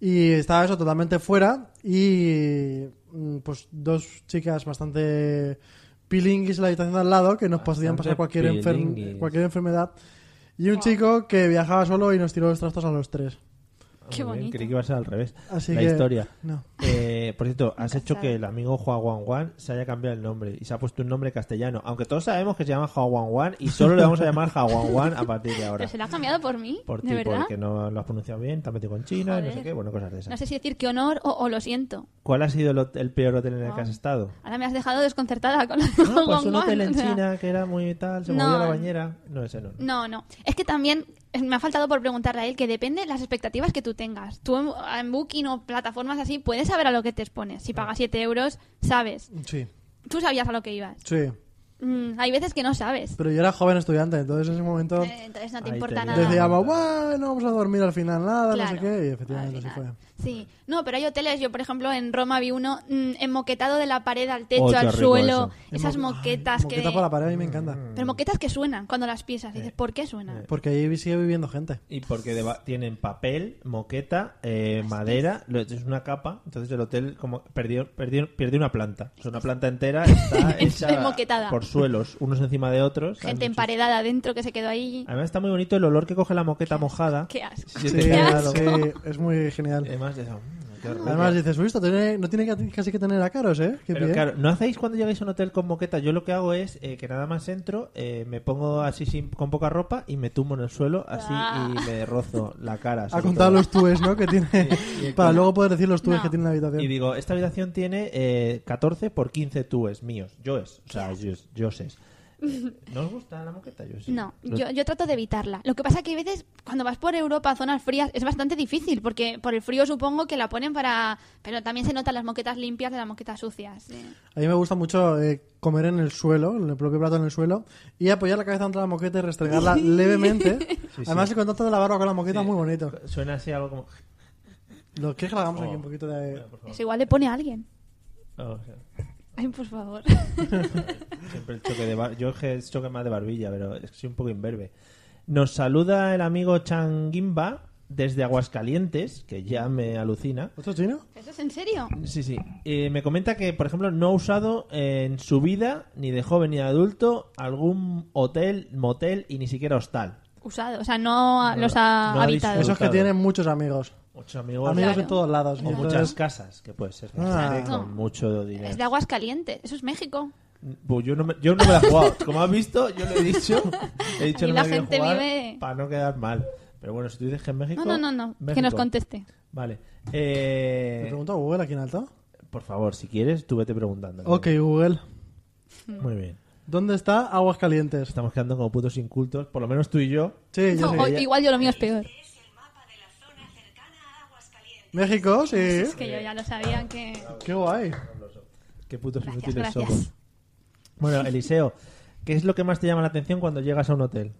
B: Y estaba eso totalmente fuera y mm, pues dos chicas bastante pilinguis en la habitación de al lado que nos podían
A: Bastante
B: pasar cualquier, enfer-
A: pilinguis.
B: cualquier enfermedad. Y un chico que viajaba solo y nos tiró los trastos a los tres.
A: Ah,
C: Qué
A: muy bien,
C: bonito.
A: Creí que iba a ser al revés.
B: Así
A: la
B: que-
A: historia.
B: No.
A: Eh, Eh, por cierto, has
C: Nunca
A: hecho
C: sabe.
A: que el amigo Juan Juan Juan se haya cambiado el nombre y se ha puesto un nombre castellano. Aunque todos sabemos que se llama Juan Juan Juan y solo le vamos a llamar Juan Juan Juan a partir de ahora.
C: Pero se la ha cambiado por mí,
A: Por
C: de
A: ti,
C: verdad.
A: porque no lo has pronunciado bien, te has metido con China y no sé
C: Joder.
A: qué, bueno, cosas de esas.
C: No sé si decir que honor o, o lo siento.
A: ¿Cuál ha sido el, hot- el peor hotel en el que
C: Wow.
A: has estado?
C: Ahora me has dejado desconcertada Ah. con la de
A: No, pues
C: Hong
A: un
C: Kong,
A: hotel en
C: o sea.
A: China que era muy tal, se
C: No.
A: movió la bañera. No, ese no.
C: No, no. Es que también eh, me ha faltado por preguntarle a él que depende las expectativas que tú tengas. Tú en, en Booking o plataformas así puedes saber a lo que te expones. Si pagas 7 euros, sabes.
B: Sí,
C: Tú sabías a lo que ibas.
B: sí.
C: Mm, hay veces que no sabes.
B: Pero yo era joven estudiante, entonces en ese momento
C: Eh, Entonces no te
A: Ahí
C: importa
A: te
C: nada.
A: llevo.
B: decíamos, bueno, vamos a dormir al final, nada,
C: Claro.
B: no sé qué, y
C: Al
B: efectivamente así fue.
C: final. Sí. No, pero hay hoteles, yo por ejemplo en Roma vi uno mm, enmoquetado de la pared al techo,
A: Oh, qué
C: al
A: rico
C: suelo,
A: eso.
C: esas
B: Ay,
C: moquetas que...
B: Moqueta por la pared a mí me encanta.
A: Mm.
C: Pero moquetas que suenan cuando las piensas. Dices, ¿por qué suenan?
B: Porque ahí sigue viviendo gente.
A: Y porque deba- tienen papel, moqueta, eh, madera, lo- es una capa, entonces el hotel como perdió, perdió- pierde una planta. O sea, una planta entera está hecha
C: Moquetada.
A: por suelos, unos encima de otros. Hay
C: Gente
A: muchos-
C: emparedada adentro que se quedó ahí.
A: Además está muy bonito el olor que coge la moqueta mojada.
C: Qué asco.
A: Sí,
B: Sí,
A: te queda lo-
B: sí, es muy genial.
A: Además, eso, mm, qué horror.
B: Además dices, uy, esto tiene- no tiene que- casi que tener a caros, ¿eh? Qué
A: Pero
B: bien.
A: claro, ¿no hacéis cuando llegáis a un hotel con moqueta? Yo lo que hago es eh, que nada más entro, eh, me pongo así sin, con poca ropa y me tumbo en el suelo así
C: Ah.
A: y me rozo la cara.
B: Ha
A: sobre
B: contado
A: todo.
B: los túes, ¿no? Que tiene. para luego poder decir los túes
C: No.
B: que tiene en la habitación.
A: Y digo, esta habitación tiene eh, 14 por 15 túes míos, yoes, o sea, yo yoses. ¿No os gusta la moqueta? Yo sí.
C: No,
A: Lo-
C: yo, yo trato de evitarla. Lo que pasa que a veces cuando vas por Europa a zonas frías es bastante difícil porque por el frío supongo que la ponen para... Pero también se notan las moquetas limpias de las moquetas sucias. eh.
B: A mí me gusta mucho eh, comer en el suelo, en el propio plato en el suelo, y apoyar la cabeza contra la moqueta y restregarla levemente. Además, el contacto de la barba con la moqueta es muy bonito.
A: Suena así algo como...
B: Lo que es que le hagamos aquí un poquito de.
C: Eso igual le pone a alguien.
A: Oh, o sea,
C: Ay, por favor.
A: siempre el choque de... bar- Yo es que es choque más de barbilla, pero es que soy un poco imberbe. Nos saluda el amigo Changuimba desde Aguascalientes, que ya me alucina.
B: ¿Otro chino?
C: ¿Eso es en serio?
A: Sí, sí. Eh, me comenta que, por ejemplo, no ha usado en su vida, ni de joven ni de adulto, algún hotel, motel y ni siquiera hostal.
C: Usado, o sea, no a-
A: No,
C: los ha
A: no ha
C: habitado.
A: disfrutado.
B: Esos que tienen muchos amigos.
A: Muchos amigos,
B: Amigos
C: Claro.
B: en todos lados.
A: o
B: y
A: muchas
B: entonces-
A: casas, que puede ser.
B: Ah.
A: gente Con mucho dinero.
C: Es de aguas calientes. Eso es México.
A: Bu, yo, no me, yo no me la he jugado. Como has visto, yo lo he dicho. He dicho
C: Aquí
A: no
C: la
A: me la quiero
C: gente
A: jugar
C: vive-
A: para no quedar mal. Pero bueno, si tú dices que en México...
C: No, no, no, no. Que
A: México.
C: nos conteste.
A: Vale.
B: ¿Le
A: Eh,
B: pregunto a Google aquí en alto?
A: por favor, si quieres, tú vete preguntando.
B: Ok, Google.
A: Muy bien.
B: ¿Dónde está Aguascalientes?
A: Estamos quedando como putos incultos, por lo menos tú y yo.
B: Sí, yo
C: No,
B: sé.
C: o- igual yo lo mío es peor.
B: México, sí.
C: Pues Es que yo ya lo sabía que...
B: Qué guay.
A: Qué putos
C: Gracias,
A: inútiles
C: gracias.
A: somos. Bueno, Eliseo, ¿qué es lo que más te llama la atención cuando llegas a un hotel?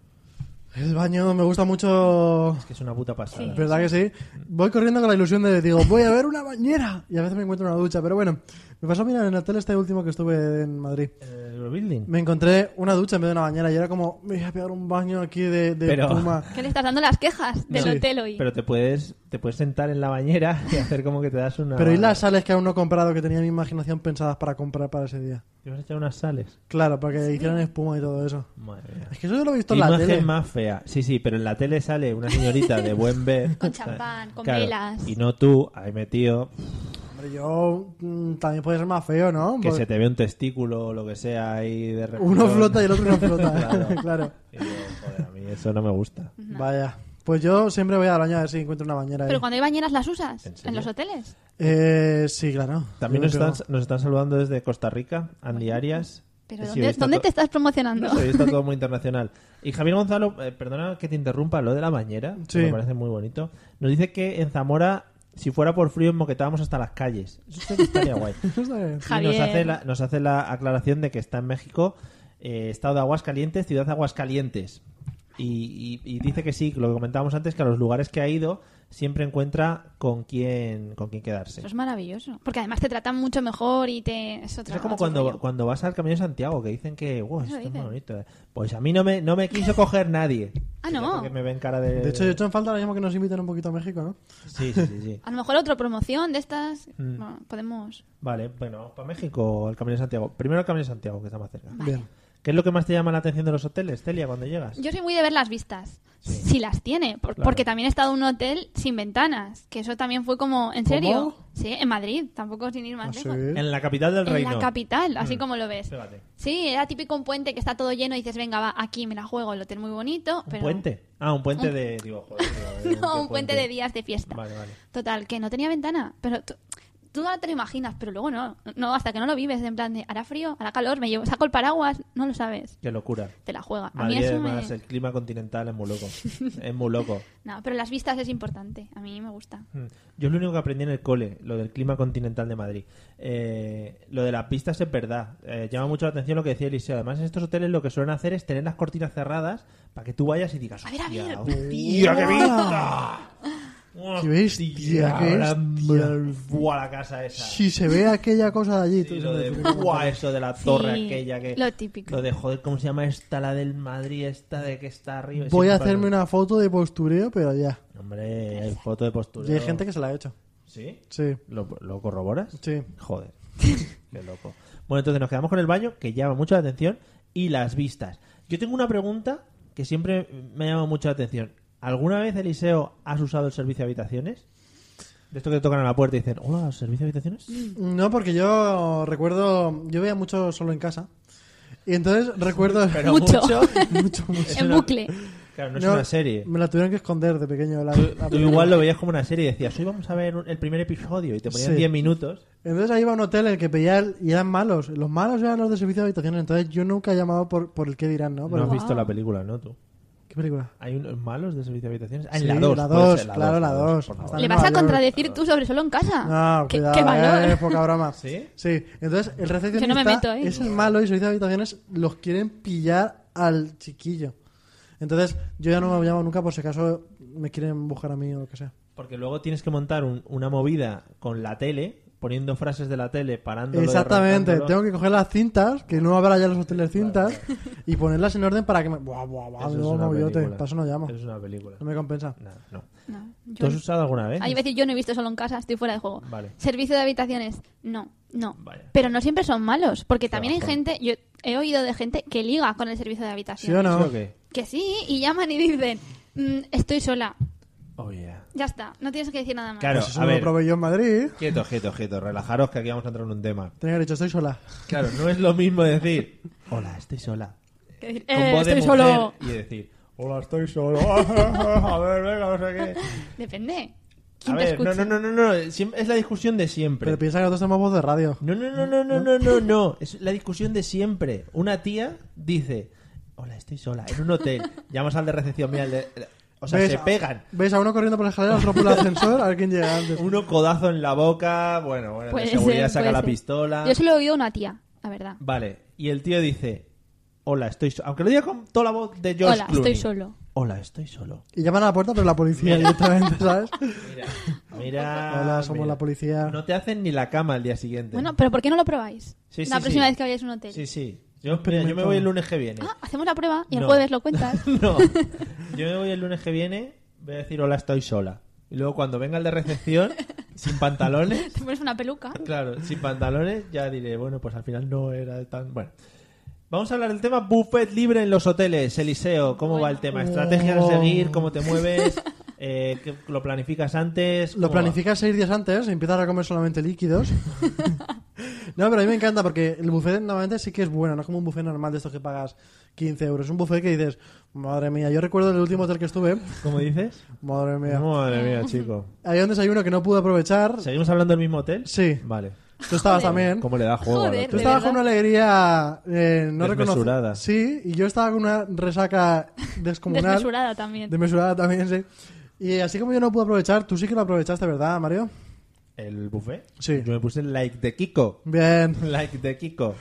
B: El baño me gusta mucho.
A: Que es una puta pasada.
B: ¿Verdad que sí? Voy corriendo con la ilusión de, digo, voy a ver una bañera. Y a veces me encuentro una ducha, pero bueno. Me pasó, mira, en el hotel este último que estuve en Madrid.
A: Eh, Eurobuilding.
B: Me encontré una ducha en vez de una bañera y era como, me voy a pegar un baño aquí de, de
A: Pero-
B: espuma.
C: ¿Qué le estás dando las quejas del
B: Sí,
C: hotel hoy?
A: Pero te puedes, te puedes sentar en la bañera y hacer como que te das una.
B: Pero ¿y las sales que aún no he comprado que tenía mi imaginación pensadas para comprar para ese día?
A: Te vas a echar unas sales.
B: Claro, para que hicieran espuma y todo eso.
A: Madre mía.
B: Es que eso yo lo he visto
A: Qué
B: en la
A: imagen
B: tele.
A: más fea. Sí, sí, pero en la tele sale una señorita de buen ver.
C: Con champán, con
A: Claro,
C: velas.
A: Y no tú, ahí metido,
B: Hombre, yo mm, también puede ser más feo, ¿no?
A: que
B: Porque
A: se te ve un testículo o lo que sea ahí de repente.
B: Uno flota y el otro no flota.
A: Claro.
B: claro.
A: Y yo, joder, a mí eso no me gusta.
B: Vaya. Pues yo siempre voy al baño a ver si encuentro una bañera. ahí.
C: Pero cuando hay bañeras las usas
A: ¿En
C: en,
A: serio?
C: los hoteles.
B: Eh, sí, claro.
A: También
B: Yo
A: nos
B: creo.
A: están, nos están saludando desde Costa Rica, Andy Arias.
C: Pero
A: Sí, hoy
C: ¿dónde,
A: está
C: dónde
A: to-
C: te estás promocionando?
A: No sé, hoy está todo muy internacional. Y Javier Gonzalo, eh, perdona que te interrumpa, lo de la bañera, que
B: Sí.
A: me parece muy bonito. Nos dice que en Zamora, si fuera por frío, moquetábamos hasta las calles. Eso sí que estaría guay.
B: Está bien.
A: Y nos
C: Javier.
A: hace, la, nos hace la aclaración de que está en México, eh, estado de Aguascalientes, ciudad de Aguascalientes. Y, y- y dice que sí, lo que comentábamos antes, que a los lugares que ha ido siempre encuentra con quién, con quién quedarse.
C: Eso es maravilloso. Porque además te tratan mucho mejor y te... Es, otra-
A: Eso es como
C: otro
A: cuando,
C: rollo.
A: cuando vas al Camino de Santiago, que dicen que, wow, esto es muy
C: dicen.
A: bonito. eh". Pues a mí no me, no me quiso coger nadie.
C: Ah, no.
A: Ya Porque me ven cara de...
B: De hecho, yo he hecho en falta ahora mismo que nos inviten un poquito a México, ¿no?
A: Sí, sí, sí. sí.
C: A lo mejor otra promoción de estas...
A: Mm.
C: Bueno, podemos...
A: Vale, bueno, para México, al Camino de Santiago. Primero el Camino de Santiago, que está más cerca.
B: Bien.
A: Que ¿Qué es lo que más te llama la atención de los hoteles, Celia, cuando llegas?
C: Yo soy muy de ver las vistas.
A: Sí.
C: Si las tiene, por-
A: Claro.
C: porque también he estado en un hotel sin ventanas, que eso también fue como, ¿en serio?
B: ¿Cómo?
C: Sí, en Madrid, tampoco sin ir más
B: Ah,
C: lejos.
B: sí.
A: En la capital del
C: En
A: reino.
C: la capital, así
A: Mm.
C: como lo ves.
A: Fíjate.
C: Sí, era típico un puente que está todo lleno y dices, venga, va, aquí me la juego, el hotel muy bonito.
A: ¿Un
C: pero...
A: puente? Ah, un puente de... Digo, joder, digo, a ver,
C: No,
A: ¿qué
C: un puente de días de fiesta.
A: Vale, vale.
C: Total, que no tenía ventana, pero tú, tú ahora te lo imaginas, pero luego no, no, hasta que no lo vives, en plan de, hará frío, hará calor, me llevo, saco el paraguas, no lo sabes,
A: Qué locura.
C: te la juega. A mí
A: Madrid,
C: eso me-
A: además, el clima continental es muy loco. es muy loco.
C: No, pero las vistas es importante, a mí me gusta.
A: Mm. Yo es lo único que aprendí en el cole, lo del clima continental de Madrid. Eh, lo de las pistas es verdad. Eh, llama mucho la atención lo que decía Eliseo. Además, en estos hoteles lo que suelen hacer es tener las cortinas cerradas para que tú vayas y digas,
C: A ver, a ver.
A: "Hostia, hostia, qué vista!
B: ¡Qué bestia, qué
A: Ahora
B: bestia!
A: me voy a la casa esa!
B: Si se ve aquella cosa de allí,
A: Y
B: tú
A: lo de,
B: siempre-
A: "Buah, eso de la torre
C: Sí,
A: aquella que...
C: lo típico.
A: Lo de, joder, ¿cómo se llama esta? La del Madrid, esta de que está arriba.
B: Voy
A: Siempre
B: a hacerme
A: para-
B: una foto de postureo, pero ya.
A: Hombre, hay foto de postura.
B: Y hay gente que se la ha hecho.
A: ¿Sí?
B: Sí,
A: ¿Lo, lo corroboras?
B: sí.
A: Joder, qué loco. Bueno, entonces nos quedamos con el baño, que llama mucho la atención, y las vistas. Yo tengo una pregunta que siempre me ha llamado mucho la atención. ¿Alguna vez, Eliseo, has usado el servicio de habitaciones? De esto que te tocan a la puerta y dicen, hola, ¿servicio de
C: Mm,
A: habitaciones?
B: No, porque yo recuerdo. Yo veía mucho solo en casa. Y entonces recuerdo.
A: Pero
C: Mucho.
B: mucho, mucho.
A: Es
C: en
A: una-
C: bucle.
A: Claro, no es
B: No,
A: una serie.
B: Me la tuvieron que esconder de pequeño. la- la-
A: Tú igual lo veías como una serie y decías, hoy vamos a ver un- el primer episodio y te ponían
B: Sí.
A: 10 minutos.
B: Entonces ahí iba a un hotel en el que pedía el- y eran malos. Los malos eran los de servicio de habitaciones. Entonces yo nunca he llamado por, por el que dirán, ¿no?
A: No,
B: Por
A: has
B: el-
A: visto la película, ¿no? Tú.
B: ¿Qué película?
A: ¿Hay unos malos de servicio de habitaciones? Ah,
B: Sí,
A: en la 2.
B: la
A: puede
B: dos,
A: ser,
B: claro, la
A: dos,
B: dos.
A: por favor.
B: Está
C: Le
B: en
C: vas a
B: Nueva York.
C: contradecir tú sobre solo en casa.
B: No,
C: Ah, ¿Qué,
B: cuidado,
C: qué valor.
B: eh, poca broma.
A: ¿Sí?
B: Sí. Entonces el recepcionista
C: Yo no me meto ahí.
B: es el malo y servicio de habitaciones los quieren pillar al chiquillo. Entonces yo ya no me llamo nunca por si acaso me quieren buscar a mí o lo que sea.
A: Porque luego tienes que montar un- una movida con la tele, poniendo frases de la tele, parándolo. y
B: Exactamente,
A: arrancándolo.
B: tengo que coger las cintas, que no habrá ya en los hoteles cintas, y ponerlas en orden para que me... Buah, buah, buah,
A: Eso
B: me
A: es
B: voy
A: una
B: a un avillote,
A: película.
B: para eso no llamo,
A: Eso es una película.
B: no me compensa.
A: Nada, no.
C: No,
A: ¿Tú
C: yo-
A: has usado alguna vez?
C: Hay veces yo no he visto solo en casa, estoy fuera de juego.
A: Vale.
C: Servicio de habitaciones, no, no.
A: Vaya.
C: Pero no siempre son malos, porque
A: Qué
C: también hay
A: bajón.
C: gente, yo he oído de gente que liga con el servicio de
B: ¿Sí o
C: habitaciones.
A: ¿Sí
B: no?
A: o qué?
C: Que sí, y llaman y dicen, "Mm, estoy sola,
A: Oh, yeah.
C: ya está, no tienes que decir nada más.
A: Claro,
B: Pues eso
A: a
B: me
A: ver.
B: lo probé yo en Madrid.
A: Quieto, quieto, quieto. Relajaros que aquí vamos a entrar en un tema.
B: Tenía que haber dicho, estoy sola.
A: Claro, no es lo mismo decir, hola, estoy sola.
C: Que decir,
A: Con
C: "Eh,
A: voz de
C: estoy
A: mujer
C: solo.
A: Y decir, hola, estoy solo. a ver, venga, no sé
C: Depende.
A: qué. A
C: ¿Quién te
A: ver, no,
C: escucha?
A: no, no, no, no. siem- Es la discusión de siempre.
B: Pero piensa que nosotros tenemos voz de radio.
A: No, no, no, no, no, no, no, no. Es la discusión de siempre. Una tía dice, hola, estoy sola, en un hotel. Llamas al de recepción, mira, el de- o sea,
B: ¿Ves?
A: se pegan.
B: ¿Ves a uno corriendo por la escalera, otro por el ascensor? A ver quién llega antes.
A: Uno codazo en la boca, bueno, bueno,
C: Puede
A: de seguridad
C: ser,
A: saca
C: puede
A: la
C: ser.
A: pistola.
C: Yo se lo he oído a una tía, la verdad.
A: Vale, y el tío dice, hola, estoy solo. Aunque lo diga con toda la voz de George
C: Hola,
A: Clooney.
C: estoy solo.
A: Hola, estoy solo.
B: Y llaman a la puerta, pero la policía directamente, ¿sabes?
A: Mira, mira.
B: Hola, somos
A: mira.
B: la policía.
A: No te hacen ni la cama al día siguiente.
C: Bueno, pero ¿por qué no lo probáis?
A: Sí, sí,
C: la próxima
A: sí.
C: vez que vayáis a un hotel.
A: sí, sí. Yo, mira, yo me voy el lunes que viene.
C: Ah, hacemos la prueba y el
A: No.
C: jueves lo cuentas.
A: No. Yo me voy el lunes que viene, voy a decir hola, estoy sola. Y luego cuando venga el de recepción, sin pantalones,
C: Te pones una peluca.
A: claro, sin pantalones, ya diré, bueno, pues al final no era tan. Bueno. Vamos a hablar del tema buffet libre en los hoteles. Eliseo, ¿cómo va el tema? ¿Estrategias a seguir? ¿Cómo te mueves? Eh, ¿qué- ¿Lo planificas antes?
B: Lo
A: ¿Cómo va?
B: planificas seis días antes, empiezas a comer solamente líquidos. no, pero a mí me encanta porque el buffet normalmente sí que es bueno, no es como un buffet normal de estos que pagas 15 euros. Es un buffet que dices, madre mía, yo recuerdo el último hotel que estuve,
A: ¿Cómo dices?
B: madre mía.
A: Madre mía, chico.
B: Había un desayuno que no pude aprovechar.
A: ¿Seguimos hablando del mismo hotel?
B: Sí.
A: Vale.
B: Tú estabas también.
A: ¿Cómo le da juego al
C: Joder,
A: hotel?
B: Tú
C: ¿De
B: estabas
C: verdad?
B: con una alegría eh, no
A: Desmesurada.
B: reconocida. Sí, y yo estaba con una resaca descomunal.
C: Desmesurada también.
B: Desmesurada también, sí. Y así como yo no pude aprovechar, tú sí que lo aprovechaste, ¿verdad, Mario?
A: ¿El buffet?
B: Sí.
A: Yo me puse like de Kiko.
B: Bien.
A: Like de Kiko.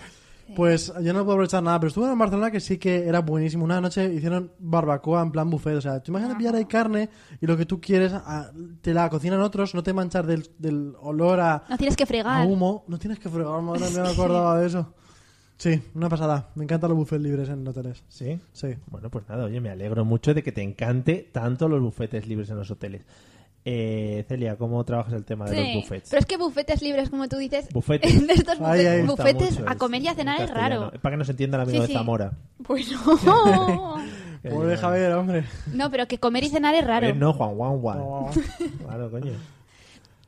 C: Este,
B: Pues yo no puedo aprovechar nada, pero estuve en Barcelona que sí que era buenísimo. Una noche hicieron barbacoa en plan buffet. O sea, tú imaginas pillar ahí carne y lo que tú quieres a- te la cocinan otros, no te manchar del, del olor a,
C: No tienes que
B: a
C: fregar.
B: humo. No tienes que fregar, madre mía, no me acordaba de eso. Sí, una pasada. Me encantan los buffets libres en hoteles.
A: ¿Sí?
B: Sí.
A: Bueno, pues nada, oye, me alegro mucho de que te encante tanto los bufetes libres en los hoteles. Eh, Celia, ¿cómo trabajas el tema de
C: Sí.
A: los buffets?
C: Pero es que bufetes libres, como tú dices.
A: Buffetes.
C: De estos
B: Ahí, ahí
C: bufe-
B: está
C: bufetes
A: mucho
C: a
A: eso,
C: comer y a
A: en
C: cenar es
A: castellano.
C: raro.
A: Es Para que nos entienda el amigo
C: Sí,
A: de
C: sí.
A: Zamora.
C: Pues no.
A: Que
B: Pobre
A: diga,
B: Javier, hombre.
C: No, pero que comer y cenar es
A: "A
C: raro.
A: ver, no, Juan Juan Juan. Claro, coño.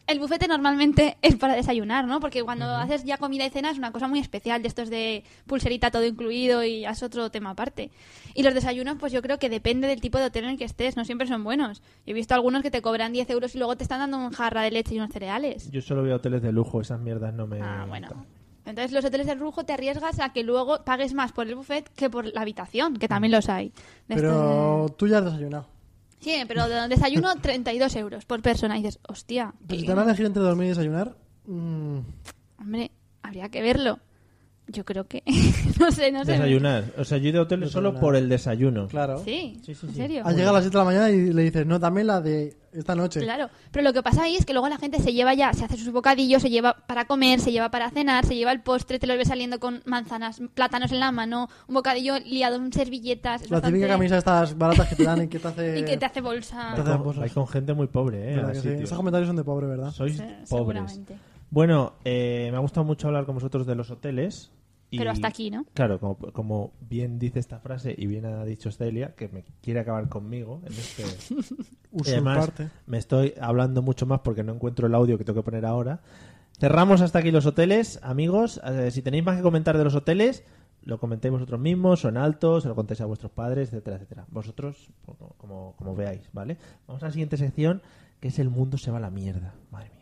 C: El bufete normalmente es para desayunar, ¿no? Porque cuando haces ya comida y cena es una cosa muy especial, de estos de pulserita todo incluido y ya es otro tema aparte. Y los desayunos, pues yo creo que depende del tipo de hotel en el que estés, no siempre son buenos. He visto algunos que te cobran 10 euros y luego te están dando un jarra de leche y unos cereales.
A: Yo solo veo hoteles de lujo, esas mierdas no me.
C: Ah, bueno.
A: gustan.
C: Entonces los hoteles de lujo te arriesgas a que luego pagues más por el buffet que por la habitación, que
A: Mm.
C: también los hay. De
B: Pero tú ya has desayunado.
C: estos de- Sí, pero de desayuno 32 euros por persona y dices, hostia.
B: Pero Pues si
C: eh,
B: te van a elegir entre dormir y desayunar, mm,
C: Hombre, habría que verlo. Yo creo que. no sé, no sé.
A: Desayunar. O sea, yo he ido a hoteles solo
B: Desayunar.
A: por el desayuno.
B: claro.
C: Sí,
A: Sí, sí,
C: en
A: sí.
C: serio.
B: Has llegado a las 7 de la mañana y le dices, no, dame la de esta noche.
C: Claro, pero lo que pasa ahí es que luego la gente se lleva ya, se hace sus bocadillos, se lleva para comer, se lleva para cenar, se lleva el postre, te lo ves saliendo con manzanas, plátanos en la mano, un bocadillo liado en servilletas. es
B: La típica
C: bastante-
B: camisa estas baratas que te dan y que te hace...
C: Y que te hace bolsa.
B: Te hace
A: Con-
B: cosas.
A: Hay con gente muy pobre, ¿eh?
B: ¿Verdad
A: a
B: que sí?
A: sitios.
B: Esos comentarios son de pobre, ¿verdad?
A: Sois
C: Sí,
A: pobres.
C: seguramente.
A: Bueno, eh, me ha gustado mucho hablar con vosotros de los hoteles. y-
C: Pero hasta aquí, ¿no?
A: Claro, como, como bien dice esta frase y bien ha dicho Celia, que me quiere acabar conmigo en este... Y además,
B: Usurparte.
A: me estoy hablando mucho más porque no encuentro el audio que tengo que poner ahora. Cerramos hasta aquí los hoteles, amigos. Eh, si tenéis más que comentar de los hoteles, lo comentéis vosotros mismos, son altos, se lo contéis a vuestros padres, etcétera, etcétera. Vosotros, como, como, como veáis, ¿vale? Vamos a la siguiente sección, que es el mundo se va a la mierda. Madre mía.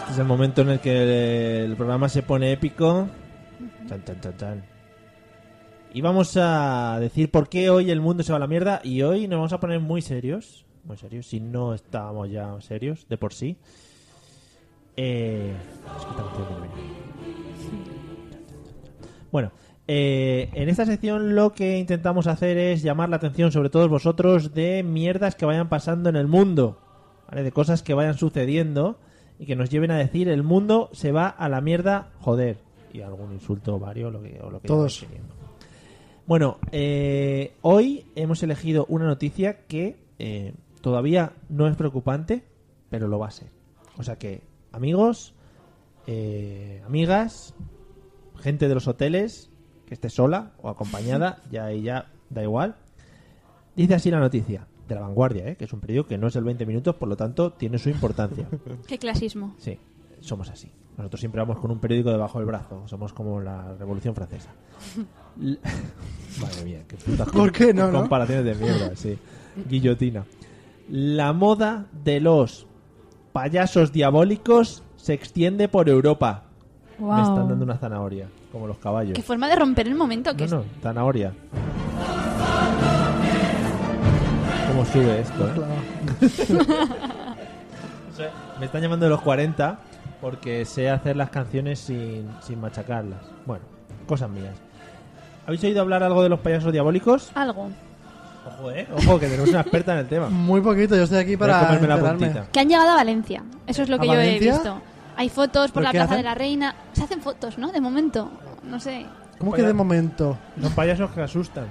A: Este es el momento en el que el programa se pone épico. Chan, chan, chan, chan. Y vamos a decir por qué hoy el mundo se va a la mierda. Y hoy nos vamos a poner muy serios. Muy serios, si no estábamos ya serios de por sí. Eh, es que estamos haciendo bien. Bueno, eh, en esta sección lo que intentamos hacer es llamar la atención sobre todos vosotros de mierdas que vayan pasando en el mundo, ¿vale? de cosas que vayan sucediendo y que nos lleven a decir el mundo se va a la mierda, joder, y algún insulto vario lo que, o lo que
B: Todos.
A: vayáis queriendo. Bueno, eh, hoy hemos elegido una noticia que eh, todavía no es preocupante, pero lo va a ser. O sea que, amigos, eh, amigas, gente de los hoteles, que esté sola o acompañada, ya ahí ya da igual. Dice así la noticia, de la vanguardia, ¿eh? que es un periódico que no es el 20 minutos, por lo tanto tiene su importancia.
C: Qué clasismo.
A: Sí, somos así. Nosotros siempre vamos con un periódico debajo del brazo, somos como la Revolución Francesa. L- Madre mía, qué putas
B: ¿Por qué no, no?
A: comparaciones de mierda, sí. Guillotina. La moda de los payasos diabólicos se extiende por Europa. Me están dando una zanahoria, como los caballos.
C: Qué forma de romper el momento que
A: No, no,
C: es.
A: zanahoria. ¿Cómo sube esto, eh?
B: Claro.
A: O sea, Me están llamando de los 40 porque sé hacer las canciones sin, sin machacarlas. Bueno, cosas mías. ¿Habéis oído hablar algo de los payasos diabólicos?
C: Algo.
A: Ojo, eh. Ojo, que tenemos una experta en el tema.
B: Muy poquito, yo estoy aquí para
A: Voy a comerme la
B: enterarme.
A: puntita.
C: Que han llegado a Valencia. Eso es lo
B: ¿A
C: que yo
B: Valencia?
C: he visto. Hay fotos por
B: ¿Pero
C: la
B: qué
C: Plaza de
B: hacen?
C: la Reina. Se hacen fotos, ¿no? De momento. No sé.
B: ¿Cómo que de momento?
A: Son payasos que asustan.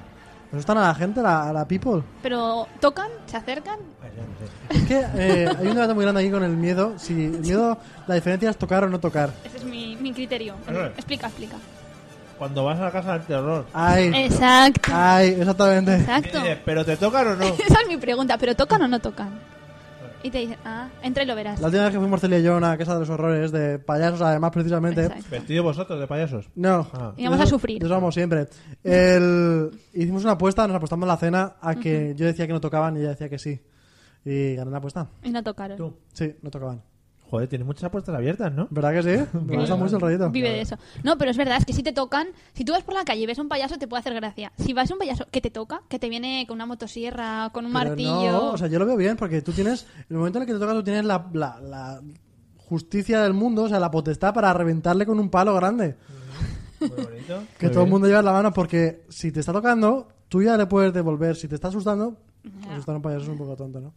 B: ¿Asustan a la gente, a la, a la people?
C: Pero tocan, se acercan.
A: Ay, ya no sé.
B: Es que eh, hay un debate muy grande aquí con el miedo. Si el miedo, la diferencia es tocar o no tocar.
C: Ese es mi, mi criterio.
A: Eh.
C: Explica, explica.
A: Cuando vas a la casa del terror.
C: Eh.
B: Ay,
C: Exacto.
B: ay, exactamente.
A: ¿qué
C: Exacto.
A: dices? ¿Pero te tocan o no?
C: Esa es mi pregunta. ¿Pero tocan o no tocan? Y te dicen, ah, entra y lo verás.
B: La última vez que fuimos Celia y yo a una casa de los horrores de payasos, además, precisamente.
C: Exacto.
A: Vestido vosotros de payasos.
B: No.
A: Ah.
C: Y vamos
B: De
C: a
B: eso-
C: sufrir.
B: de eso vamos siempre. El- Hicimos una apuesta, nos apostamos la cena a que yo decía que no tocaban y ella decía que sí. Y gané la apuesta.
C: Y no tocaron.
A: Tú.
B: Sí, no tocaban.
A: Joder, tienes muchas apuestas abiertas, ¿no?
B: ¿Verdad que sí? Me gusta mucho el rollito.
C: Vive de eso. No, pero es verdad, es que si te tocan, si tú vas por la calle y ves a un payaso, te puede hacer gracia. Si vas a un payaso que te toca, que te viene con una motosierra, con un
B: Pero
C: martillo.
B: No, o sea, yo lo veo bien porque tú tienes, el momento en el que te toca, tú tienes la, la- la justicia del mundo, o sea, la potestad para reventarle con un palo grande.
A: Muy bonito.
B: Que todo el mundo lleva la mano porque si te está tocando, tú ya le puedes devolver. Si te está asustando, asustar a un payaso es un poco tonto, ¿no?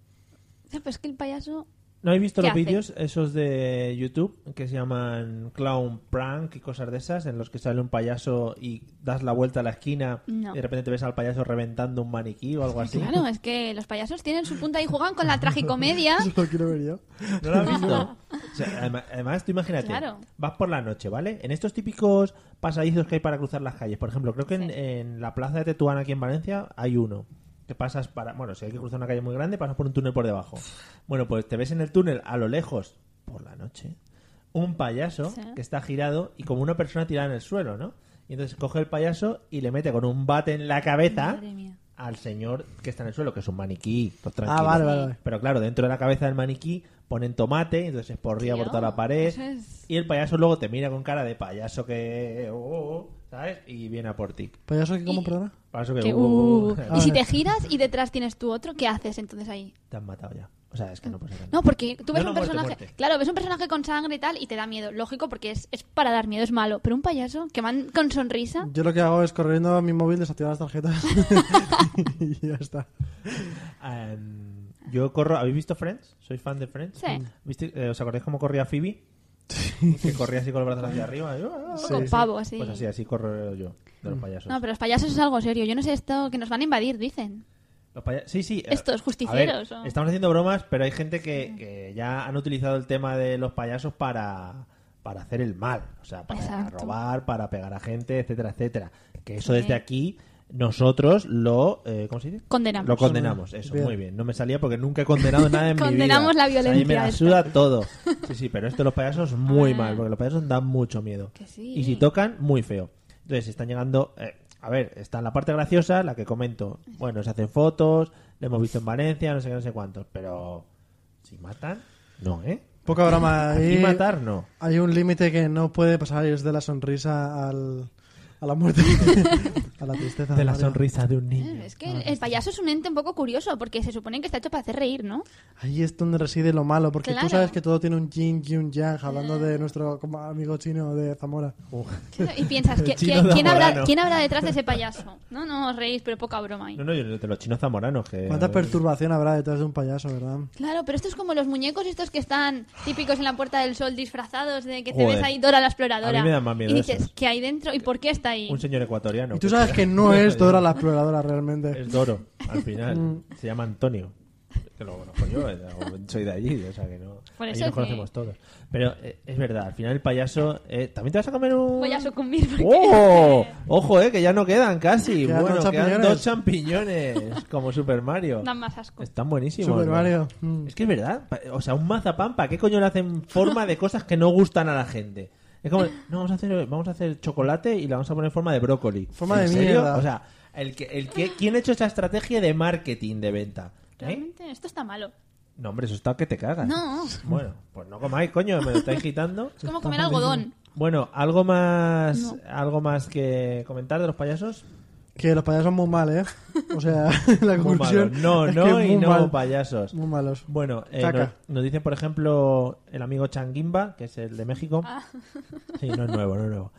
C: Ya, pero pues es que el payaso...
A: ¿No habéis visto
C: ¿Qué
A: los
C: hace?
A: vídeos esos de YouTube que se llaman Clown Prank y cosas de esas, en los que sale un payaso y das la vuelta a la esquina
C: No.
A: y de repente te ves al payaso reventando un maniquí o algo así?
C: Claro, es que los payasos tienen su punta y juegan con la tragicomedia.
B: Eso lo quiero ver yo.
A: ¿No lo has visto? O sea, además, además, tú imagínate,
C: Claro.
A: vas por la noche, ¿vale? En estos típicos pasadizos que hay para cruzar las calles, por ejemplo, creo que en,
C: Sí.
A: en la plaza de Tetuán aquí en Valencia hay uno. Que pasas para. Bueno, si hay que cruzar una calle muy grande, pasas por un túnel por debajo. Bueno, pues te ves en el túnel a lo lejos, por la noche, un payaso
C: Sí.
A: que está girado y como una persona tirada en el suelo, ¿no? Y entonces coge el payaso y le mete con un bate en la cabeza
C: Madre mía.
A: al señor que está en el suelo, que es un maniquí. todo tranquilo.
B: Ah, vale, vale, vale.
A: Pero claro, dentro de la cabeza del maniquí ponen tomate, entonces se esporría por
C: Tío,
A: toda la pared.
C: eso es-
A: Y el payaso luego te mira con cara de payaso que. oh, oh, oh, ¿Sabes? Y viene a por ti.
B: ¿Payaso Pues que cómo,
C: Y-
B: perdona?
A: Payaso que.
C: Que,
A: uh, uh,
C: uh.
A: uh,
B: Ah,
C: Y si
B: vale.
C: te giras y detrás tienes tú otro, ¿qué haces entonces ahí?
A: Te han matado ya. O sea, es que no pasa nada.
C: No, porque tú ves
A: No, no,
C: un
A: muerte,
C: personaje,
A: muerte.
C: claro, ves un personaje con sangre y tal y te da miedo, lógico, porque es, es para dar miedo, es malo, pero un payaso que van con sonrisa,
B: Yo lo que hago es corriendo a mi móvil, desactivar las tarjetas y ya está.
A: Em, yo corro. ¿Habéis visto Friends? ¿Sois fan de Friends?
C: Sí.
A: ¿Viste- eh, ¿Os acordáis cómo corría Phoebe? Que corría así con los brazos hacia arriba. y, "Ah, ah,
B: Sí,
A: ah".
C: con pavo así. Mm.
A: Pues así, así corro yo, de los payasos.
C: No, pero los payasos es algo serio, yo no sé esto que nos van a invadir, dicen.
A: Los paya- Sí, sí. eh,
C: Estos justicieros,
A: a ver,
C: ¿o?
A: Estamos haciendo bromas, pero hay gente que, que ya han utilizado el tema de los payasos para, para hacer el mal. O sea, para
C: Exacto.
A: robar, para pegar a gente, etcétera, etcétera. Que eso
C: Sí.
A: desde aquí nosotros lo... eh, ¿Cómo se dice?
C: Condenamos.
A: Lo condenamos, eso,
B: Bien.
A: muy bien. No me salía porque nunca he condenado nada en mi vida.
C: Condenamos
A: O sea,
C: la
A: a mí
C: violencia
A: me la
C: esta.
A: suda todo. Sí, sí, pero esto de los payasos muy
C: Ah.
A: mal, porque los payasos dan mucho miedo.
C: Que sí. eh.
A: Y si tocan, muy feo. Entonces están llegando. eh, a ver, está en la parte graciosa, la que comento. Bueno, se hacen fotos, lo hemos visto en Valencia, no sé qué, no sé cuántos. Pero. Si matan, no, ¿eh?
B: Poca broma.
A: Y
B: Ahí
A: matar, no.
B: Hay un límite que no puede pasar y es de la sonrisa al, a la muerte, a la tristeza.
A: De la
B: Mario.
A: sonrisa de un niño.
C: Eh, Es que el, el payaso es un ente un poco curioso, porque se supone que está hecho para hacer reír, ¿no?
B: Ahí es donde reside lo malo, porque
C: Claro.
B: tú sabes que todo tiene un yin y un yang, hablando de nuestro como amigo chino de Zamora.
A: Uh,
C: Y piensas,
A: El
C: ¿qui-
A: chino
C: ¿quién, quién habrá,
A: zamorano.
C: ¿quién habrá detrás de ese payaso? No, no os reís, pero poca broma ahí.
A: No, no, yo de los chinos zamoranos. Que,
B: ¿Cuánta perturbación habrá detrás de un payaso, verdad?
C: Claro, pero esto es como los muñecos estos que están típicos en la Puerta del Sol disfrazados de que te
A: Joder.
C: ves ahí Dora la exploradora.
A: A mí me dan más miedo
C: y dices,
A: esos.
C: ¿qué hay dentro? ¿Y por qué está ahí?
A: Un señor ecuatoriano.
B: Y tú sabes que no es Dora la exploradora realmente.
A: pues Es Doro, al final. Se llama Antonio. Que lo conozco yo, eh, soy de allí, o sea que no.
C: Por
A: allí
C: eso
A: nos
C: que-
A: conocemos todos. Pero eh, es verdad, al final el payaso. eh, ¿También te vas a comer un.?
C: Voy a sucumbir porque...
A: ¡Oh! Ojo, eh, que ya no quedan casi.
B: Quedan
A: bueno,
B: dos
A: quedan
B: champiñones.
A: dos champiñones. Como Super Mario.
C: Dan más asco.
A: Están buenísimos.
B: Super
A: ¿no?
B: Mario. Mm.
A: Es que es verdad. pa- O sea, un mazapán, ¿para qué coño le hacen forma de cosas que no gustan a la gente? Es como, no, vamos a hacer, vamos a hacer chocolate y la vamos a poner en forma de brócoli.
B: Forma
A: ¿En
B: de
A: serio?
B: mierda.
A: O sea, el que, el que, ¿quién ha hecho esa estrategia de marketing de venta? ¿Eh?
C: Realmente, esto está malo.
A: No, hombre, eso está que te cagas.
C: No.
A: Bueno, pues no comáis, coño, me lo estáis quitando.
C: Es como comer algodón.
A: Bueno, algo más, algo más que comentar de los payasos.
B: Que los payasos son muy mal, ¿eh? O sea, la
A: Muy
B: conclusión.
A: malos. No,
B: es
A: no
B: que
A: y
B: muy
A: no
B: mal.
A: payasos.
B: Muy malos.
A: Bueno, eh,
B: Caca.
A: nos, nos dicen, por ejemplo, el amigo Changuimba, que es el de México.
C: Ah.
A: Sí, no es nuevo, no es nuevo.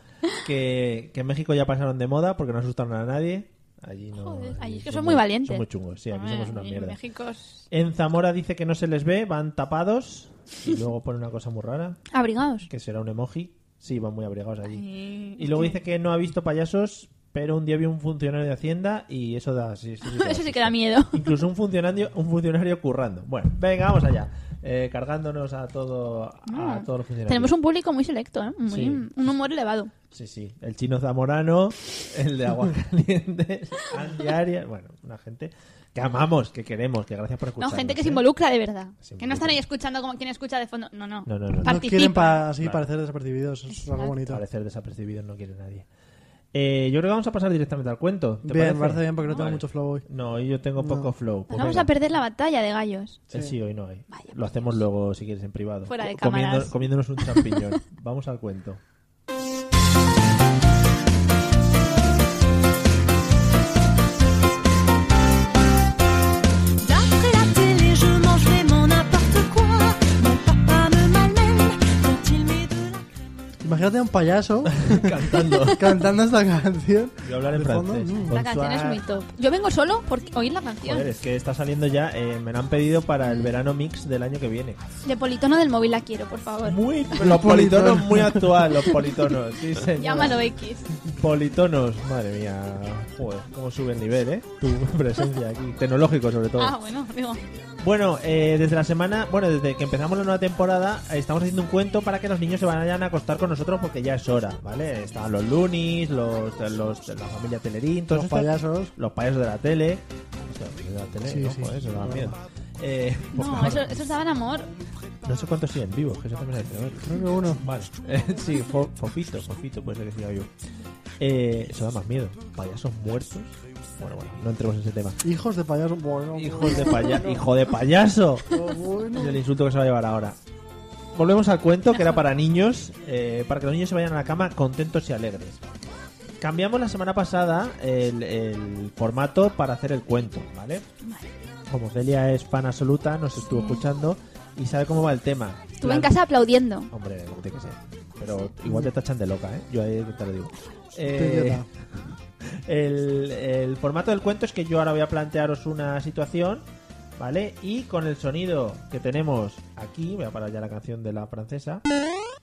A: Que, que en México ya pasaron de moda porque no asustaron a nadie. Allí no.
C: Joder, allí es que
A: son
C: son muy valientes.
A: Son muy chungos, sí, aquí
C: Hombre,
A: somos una
C: y
A: mierda.
C: México es-
A: En Zamora dice que no se les ve, van tapados. Y luego pone una cosa muy rara,
C: Abrigaos.
A: que será un emoji. Sí, van muy abrigados allí.
C: Ay,
A: Y luego dice que no ha visto payasos, pero un día vio un funcionario de Hacienda y eso da. sí, sí, sí
C: Eso sí que
A: susto.
C: da miedo.
A: Incluso un funcionario, un funcionario currando. Bueno, venga, vamos allá. Eh, cargándonos a todo a todos los funcionarios.
C: Ah. Tenemos un público muy selecto, ¿eh? Muy-
A: Sí.
C: Un humor elevado.
A: Sí, sí. El chino zamorano, el de Aguascalientes, Andy Arias. Bueno, una gente que amamos, que queremos, que gracias por
C: No,
A: escucharnos.
C: gente que
A: ¿eh?
C: se involucra de verdad.
A: Se
C: Que no
A: involucra.
C: están ahí escuchando como quien escucha de fondo. No, no.
A: No, no, no, no.
B: No quieren
C: Participan.
B: pa- así parecer desapercibidos. Eso es algo bonito.
A: Parecer desapercibido no quiere nadie. Eh, yo creo que vamos a pasar directamente al cuento. ¿te
B: Bien,
A: parece? Ah,
B: me parece bien porque no tengo
A: Vale.
B: mucho flow hoy.
A: No, yo tengo poco flow.
C: Nos
A: Pues
C: vamos
A: venga.
C: a perder la batalla de gallos.
A: Eh, Sí, hoy no hay.
C: Vaya, pues,
A: Lo hacemos luego, si quieres, en privado.
C: Fuera de
A: Co- comiendo-
C: cámaras.
A: comiéndonos un champiñón. Vamos al cuento.
F: D'après la télé, je mangerai mon n'importe quoi. Mon papa me malmène quand il met de la crème.
B: imagínate a un payaso
A: cantando.
B: cantando esta canción.
A: Yo hablar en
B: de fondo,
A: francés. Pues
B: mm.
A: Con
G: La canción es
A: suar-
G: muy top. Yo vengo solo por oír la canción.
A: Joder, es que está saliendo ya. eh, me la han pedido para el verano mix del año que viene.
C: De politono del móvil la quiero, por favor.
A: Muy, los politonos muy actual, los politonos. Sí, señora.
C: Llámalo X.
A: Politonos, madre mía. Joder, cómo sube el nivel, ¿eh? Tu presencia aquí. Tecnológico, sobre todo.
C: Ah, bueno, digo.
A: Bueno, eh, desde la semana, bueno, desde que empezamos la nueva temporada, eh, estamos haciendo un cuento para que los niños se vayan a acostar con nosotros porque ya es hora, ¿vale? Están los lunis, los, los- la familia Telerín, todos
B: Los
A: estos-
B: payasos.
A: los payasos de la tele. Eso, De la tele,
B: Sí,
A: ¿no?
B: sí,
A: Joder,
B: sí,
A: eso da
B: claro.
A: miedo. Eh,
C: No,
A: poca-
C: eso, eso es daban amor.
A: no sé cuántos siguen vivos, que eso también hay que ver.
B: Creo que uno.
A: Vale, Eh, sí, fo- Fofito, Fofito puede ser que siga vivo. Eh, eso da más miedo. Payasos muertos. Bueno, bueno, no entremos en ese tema.
B: Hijos de payaso. Bueno,
A: Hijos de paya- hijo de payaso.
B: bueno.
A: Es el insulto que se va a llevar ahora. Volvemos al cuento que era para niños, eh, para que los niños se vayan a la cama contentos y alegres. Cambiamos la semana pasada el, el formato para hacer el cuento, ¿vale? Como Celia es fan absoluta, nos estuvo escuchando y sabe cómo va el tema.
C: Estuve
A: La-
C: en casa aplaudiendo.
A: Hombre, como tiene que ser. Pero igual te tachan de loca, ¿eh? Yo ahí te lo digo.
B: pues, Qué
A: Eh,
B: idiota.
A: el, el formato del cuento es que yo ahora voy a plantearos una situación, ¿vale? Y con el sonido que tenemos aquí, voy a parar ya la canción de la francesa,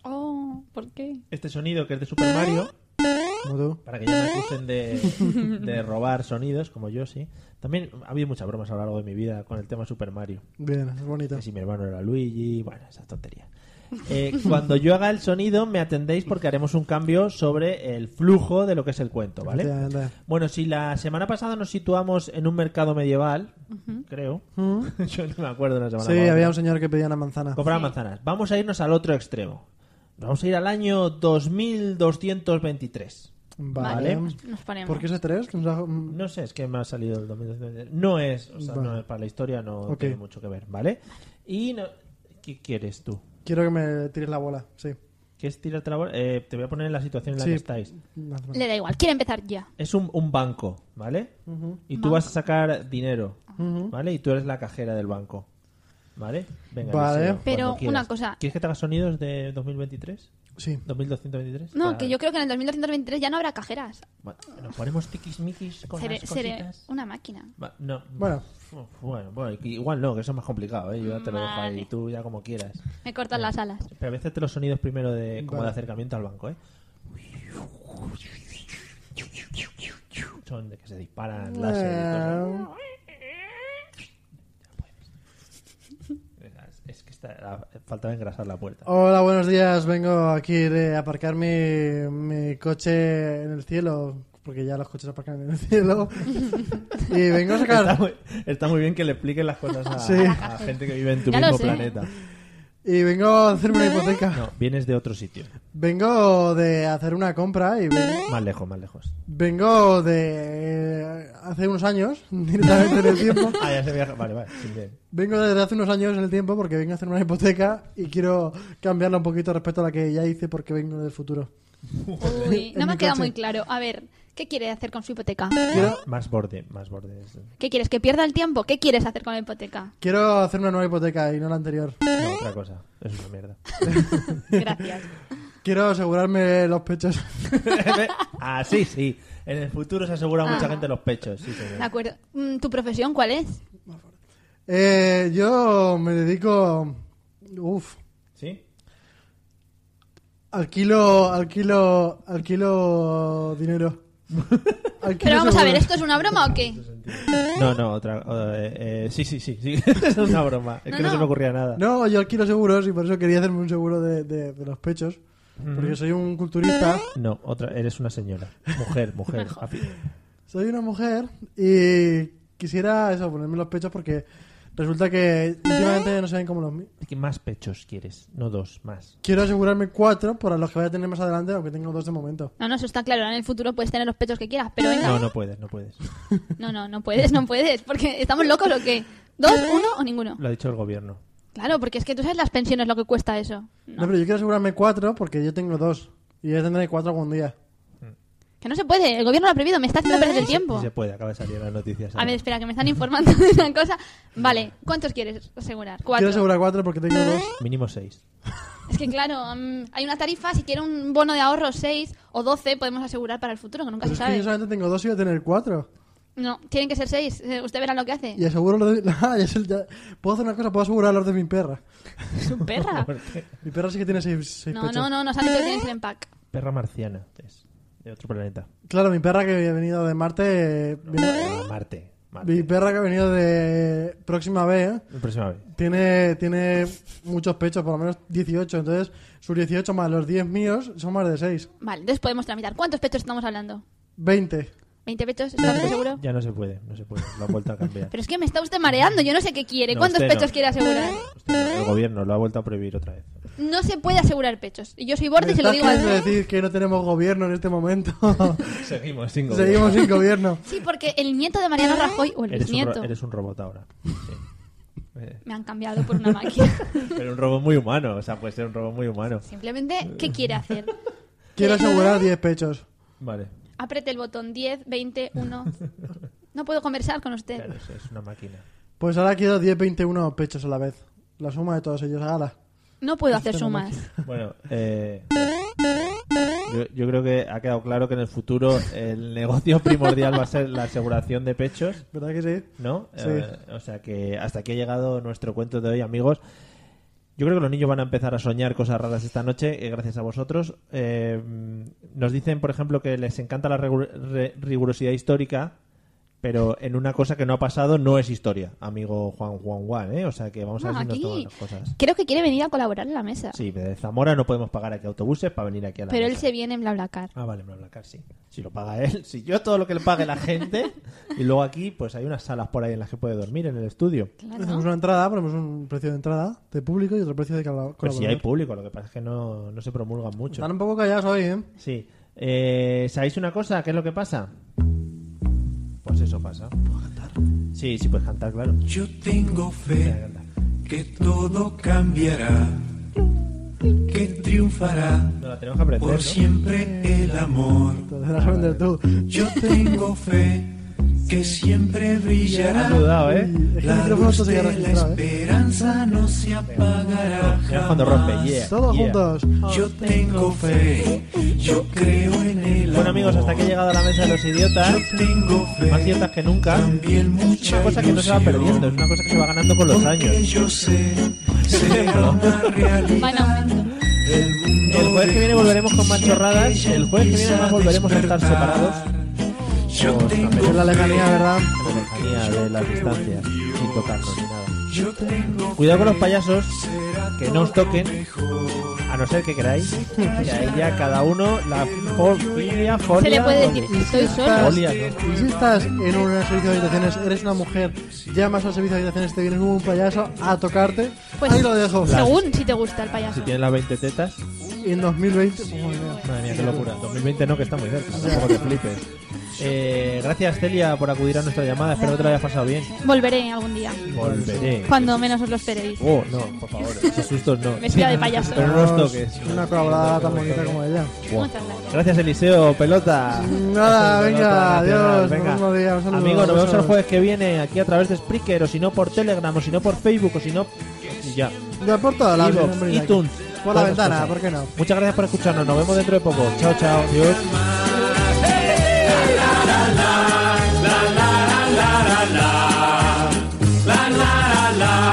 C: Oh, ¿por qué?
A: este sonido que es de Super Mario,
B: Como tú.
A: para que ya me acusen de, de robar sonidos, como yo sí. También ha habido muchas bromas a lo largo de mi vida con el tema Super Mario.
B: Bien, es bonito.
A: Que si mi hermano era Luigi, bueno, esas tonterías. Eh, cuando yo haga el sonido, me atendéis porque haremos un cambio sobre el flujo de lo que es el cuento, ¿vale?
B: Efectivamente.
A: Bueno, si la semana pasada nos situamos en un mercado medieval, creo, yo no me acuerdo de la semana
B: Mm. Sí,
A: pasada.
B: había un señor que pedía una manzana.
A: Compraba manzanas. Vamos a irnos al otro extremo. Nos Vamos a ir al año 2223. Vale.
B: Vale.
C: pues Nos ponemos.
B: ¿Por qué ese tres? Que nos ha- mm,
A: No sé, es que me ha salido el 2223. No es, o sea,
B: Vale.
A: no es- para la historia no
B: Ok.
A: tiene mucho que ver, ¿vale? Y no- ¿qué quieres tú?
B: Quiero que me tires la bola. Sí.
A: ¿Quieres tirarte la bola? Eh, te voy a poner en la situación en la
B: Sí.
A: que estáis.
B: No hace falta.
C: Le da igual, quiere empezar ya.
A: Es un, un banco, ¿vale? Y tú vas a sacar dinero, ¿vale? Y tú eres la cajera del banco, ¿vale? Venga,
B: Vale.
A: Eliseo, cuando
C: Pero
A: quieras.
C: una cosa.
A: ¿Quieres que te haga sonidos de 2023?
B: Sí.
A: ¿2223?
C: No,
A: Para-
C: que yo creo que en el 2223 ya no habrá cajeras.
A: Bueno, Nos ponemos tiquismiquis con
C: Seré,
A: las
C: seré
A: cositas.
C: una máquina.
A: Va, no.
B: Bueno.
A: Uf, Bueno, bueno, que igual no, que eso es más complicado, ¿eh? Yo ya te lo dejo ahí,
C: Vale.
A: tú ya como quieras.
C: Me cortan las alas.
A: Pero a veces te los sonidos primero de, como
B: Vale.
A: de acercamiento al banco, ¿eh? Son de que se disparan láser y
B: Eh,
A: cosas. Es que está, faltaba engrasar la puerta.
B: Hola, buenos días. Vengo aquí de aparcar mi, mi coche en el cielo, porque ya los coches aparcan en el cielo. y vengo a
A: Está
B: sacar
A: muy, está muy bien que le expliquen las cosas a,
B: Sí.
A: a gente que vive en tu
C: Ya lo
A: mismo
C: sé.
A: planeta.
B: y vengo a hacerme una hipoteca.
A: No, vienes de otro sitio.
B: Vengo de hacer una compra y ven-
A: Más lejos, más lejos.
B: vengo de eh, hace unos años directamente en el tiempo.
A: Ah, ya se viaja. Vale, vale, sí, bien.
B: Vengo desde hace unos años en el tiempo porque vengo a hacer una hipoteca y quiero cambiarla un poquito respecto a la que ya hice porque vengo del futuro.
C: Uy, no
B: En
C: me
B: mi
C: ha
B: coche.
C: quedado muy claro. A ver, ¿qué quiere hacer con su hipoteca?
B: Quiero,
A: Más borde, más borde. es-
C: ¿Qué quieres? ¿Que pierda el tiempo? ¿Qué quieres hacer con la hipoteca?
B: quiero hacer una nueva hipoteca y no la anterior.
A: No, otra cosa. Es una mierda.
C: Gracias.
B: Quiero asegurarme los pechos.
A: ah, sí, sí. En el futuro se asegura mucha gente los pechos. Sí, señor.
C: De acuerdo. Mm, ¿Tu profesión cuál es?
B: Eh, yo me dedico. Uf.
A: ¿Sí?
B: Alquilo. Alquilo. Alquilo. Dinero. Alquilo
C: Pero vamos a ver,
B: seguros.
C: ¿esto es una broma o qué?
A: No, no, otra. o- eh, eh, sí, sí, sí, sí. es una broma. Es
C: No,
A: que no, se
C: no.
A: me ocurría nada.
B: No, yo alquilo seguros y por eso quería hacerme un seguro de, de- de los pechos. Porque soy un culturista.
A: No, otra. Eres una señora. Mujer, mujer. Afi-
B: Soy una mujer y quisiera eso, ponerme los pechos porque resulta que últimamente no saben cómo los míos.
A: ¿Qué más pechos quieres? No dos, más.
B: Quiero asegurarme cuatro para los que voy a tener más adelante, aunque tengo dos de momento.
C: No, no, eso está claro. Ahora En el futuro puedes tener los pechos que quieras, pero venga.
A: No, no puedes, no puedes.
C: No, no, no puedes, no puedes. Porque estamos locos o qué. ¿Dos, uno o ninguno?
A: Lo ha dicho el gobierno.
C: Claro, porque es que tú sabes las pensiones lo que cuesta eso.
B: No, pero yo quiero asegurarme cuatro porque yo tengo dos. Y ya tendré cuatro algún día.
C: Que no se puede, el gobierno lo ha prohibido, me está haciendo perder el
A: Sí,
C: tiempo.
A: ¿Eh? sí se puede, acaba de salir en las noticias.
C: A ver, espera, que me están informando de una cosa. Vale, ¿cuántos quieres asegurar?
B: Quiero
C: Cuatro.
B: asegurar cuatro porque tengo dos.
A: Mínimo seis.
C: Es que claro, mm, hay una tarifa, si quiero un bono de ahorro 6 o 12 podemos asegurar para el futuro, que nunca
B: Pero
C: se
B: es que
C: sabe.
B: yo solamente tengo dos y voy a tener cuatro.
C: No, tienen que ser 6, usted verá lo que hace.
B: Y aseguro lo de... Ah, ya sé, ya- Puedo hacer una cosa, puedo asegurar los de mi perra.
C: Es un perra.
B: Mi perra sí que tiene seis, seis
C: No,
B: pechos.
C: no, no, no sabe que tienes el empaque.
A: Perra marciana. Es de otro planeta.
B: Claro, mi perra que había venido de Marte... eh,
A: Pero Marte. Marte.
B: Mi perra que ha venido de Próxima B, ¿eh?
A: La próxima vez.
B: Tiene, tiene muchos pechos, por lo menos 18. Entonces, sus 18 más los 10 míos son más de 6.
C: Vale, entonces podemos tramitar. ¿Cuántos pechos estamos hablando?
B: 20.
C: ¿20 pechos? ¿Estás seguro?
A: Ya no se puede, no se puede. Lo ha vuelto a cambiar.
C: Pero es que me está usted mareando, yo no sé qué quiere.
A: No,
C: ¿Cuántos
A: usted no.
C: pechos quiere asegurar?
A: El gobierno lo ha vuelto a prohibir otra vez.
C: No se puede asegurar pechos. Y yo soy borde y se lo
B: ¿Me
C: digo ¿eh?
B: estás
C: al...
B: queriendo decir que no tenemos gobierno en este momento?
A: Seguimos sin
B: Seguimos sin gobierno.
C: Sí, porque el nieto de
B: ¿Eh?
C: Mariano Rajoy o el
A: Eres un,
C: bisnieto
A: ro- eres un robot ahora. Sí. Eh,
C: me han cambiado por una máquina.
A: Pero un robot muy humano, o sea, puede ser un robot muy humano.
C: Simplemente, ¿qué quiere hacer?
B: Quiero asegurar 10 pechos.
A: Vale.
C: Apriete el botón 10, 20, 1. No puedo conversar con usted.
A: Claro, eso es una máquina.
B: Pues ahora quiero 10, 21 pechos a la vez. La suma de todos ellos, hágala.
C: No puedo hacer
B: Usted no
C: sumas.
A: Bueno, eh, yo, yo creo que ha quedado claro que en el futuro el negocio primordial va a ser la aseguración de pechos,
B: ¿Verdad que sí?
A: ¿no?
B: Sí.
A: Eh, o sea que hasta aquí ha llegado nuestro cuento de hoy, amigos. Yo creo que los niños van a empezar a soñar cosas raras esta noche, eh, gracias a vosotros. Eh, nos dicen, por ejemplo, que les encanta la regu- re- rigurosidad histórica, pero en una cosa que no ha pasado no es historia, amigo Juan Juan Juan, ¿eh? O sea que vamos a ver
C: No,
A: si nos toman
C: aquí.
A: las cosas.
C: Creo que quiere venir a colaborar en la mesa.
A: Sí, de Zamora no podemos pagar aquí autobuses para venir aquí a la
C: Pero él
A: mesa.
C: se viene en BlaBlaCar.
A: Ah, vale, BlaBlaCar, sí. Si lo paga él, si yo todo lo que le pague la gente. y luego aquí, pues hay unas salas por ahí en las que puede dormir en el estudio.
B: Hacemos una entrada, ponemos un precio de entrada de público y otro precio de cala-
A: Pero Pues
B: colaborador.
A: si hay público, lo que pasa es que no, no se promulgan mucho.
B: Están un poco callados hoy, ¿eh?
A: Sí. Eh, ¿Sabéis una cosa? ¿Qué es lo que pasa? Pues eso pasa. ¿Puedo cantar? Sí, sí, puedes cantar, claro.
H: Yo tengo fe que todo cambiará, que triunfará
A: No, la tenemos que aprender,
H: por
A: ¿no?
H: siempre el amor.
B: Te
A: Ah,
B: lo vas a vender tú.
H: Yo tengo fe que siempre brillará.
A: Has dudado, ¿eh?
B: Es que el
H: La
B: micrófono
H: luz
B: no se
H: de
B: queda
H: la
B: registrado, ¿eh?
H: esperanza no se apagará
A: Mira cuando rompe,
H: jamás.
A: yeah,
B: Todos
A: yeah.
B: juntos.
H: Yo tengo fe, yo creo en el amor.
A: Bueno, amigos, hasta que he llegado a la mesa de los idiotas.
H: Yo tengo fe.
A: Más ciertas que nunca.
H: También
A: Es una
H: mucha
A: cosa que no se va
H: ilusión.
A: perdiendo, es una cosa que se va ganando con los años.
H: Porque yo sé, será una realidad.
C: Van aumentando.
H: El mundo
A: El jueves que
H: de
A: viene volveremos con más
H: justicia
A: chorradas.
H: que
A: El jueves que viene además
H: empieza a
A: volveremos a estar
H: despertar.
A: separados.
H: Yo
A: Pues,
H: tengo
B: Es la lejanía,
H: fe,
B: ¿verdad?
A: En la lejanía de las distancias, sin tocarnos ni nada.
H: Yo tengo
A: Cuidado con los
H: fe,
A: payasos,
H: será
A: que no os
H: todo
A: toquen.
H: mejor.
A: a no ser que queráis. Y ahí ya cada uno, la familia,
C: Se
A: folia...
C: le puede decir, estoy solo.
A: Folia, ¿no?
B: Y si estás en un servicio de habitaciones, eres una mujer, llamas al servicio de habitaciones, te viene un payaso a tocarte,
C: Pues
B: ahí lo dejo.
C: según si te gusta el
A: Si
C: payaso.
A: tienes las 20 tetas...
B: Y en 2020, oh, mira.
A: Madre mía, qué locura. 2020 no, que está muy cerca. Tampoco te flipes. Eh, gracias, Celia, por acudir a nuestra llamada. Espero que te lo hayas pasado bien.
C: Volveré algún día,
A: Volveré.
C: cuando menos os lo esperéis.
A: Oh, no, por favor. Esos sustos no.
C: Vestida de payaso.
A: Pero no os toques.
B: Una colaborada tan bonita como ella.
A: Buah.
C: Muchas gracias.
A: Gracias, Eliseo, pelota.
B: Nada, venga,
A: Nacional,
B: adiós, buen día, un saludo,
A: Amigos, nos vemos el
B: besos.
A: jueves que viene aquí a través de Spreaker, o si no por Telegram, o si no por Facebook, o si no. y Ya.
B: Ya por todas las
A: Evox,
B: hombre, mira,
A: iTunes.
B: Por la
A: todas esas
B: ventana,
A: cosas.
B: ¿por qué no?
A: Muchas gracias por escucharnos. Nos vemos dentro de poco. Chao, chao. Adiós.
H: La, la, la, la.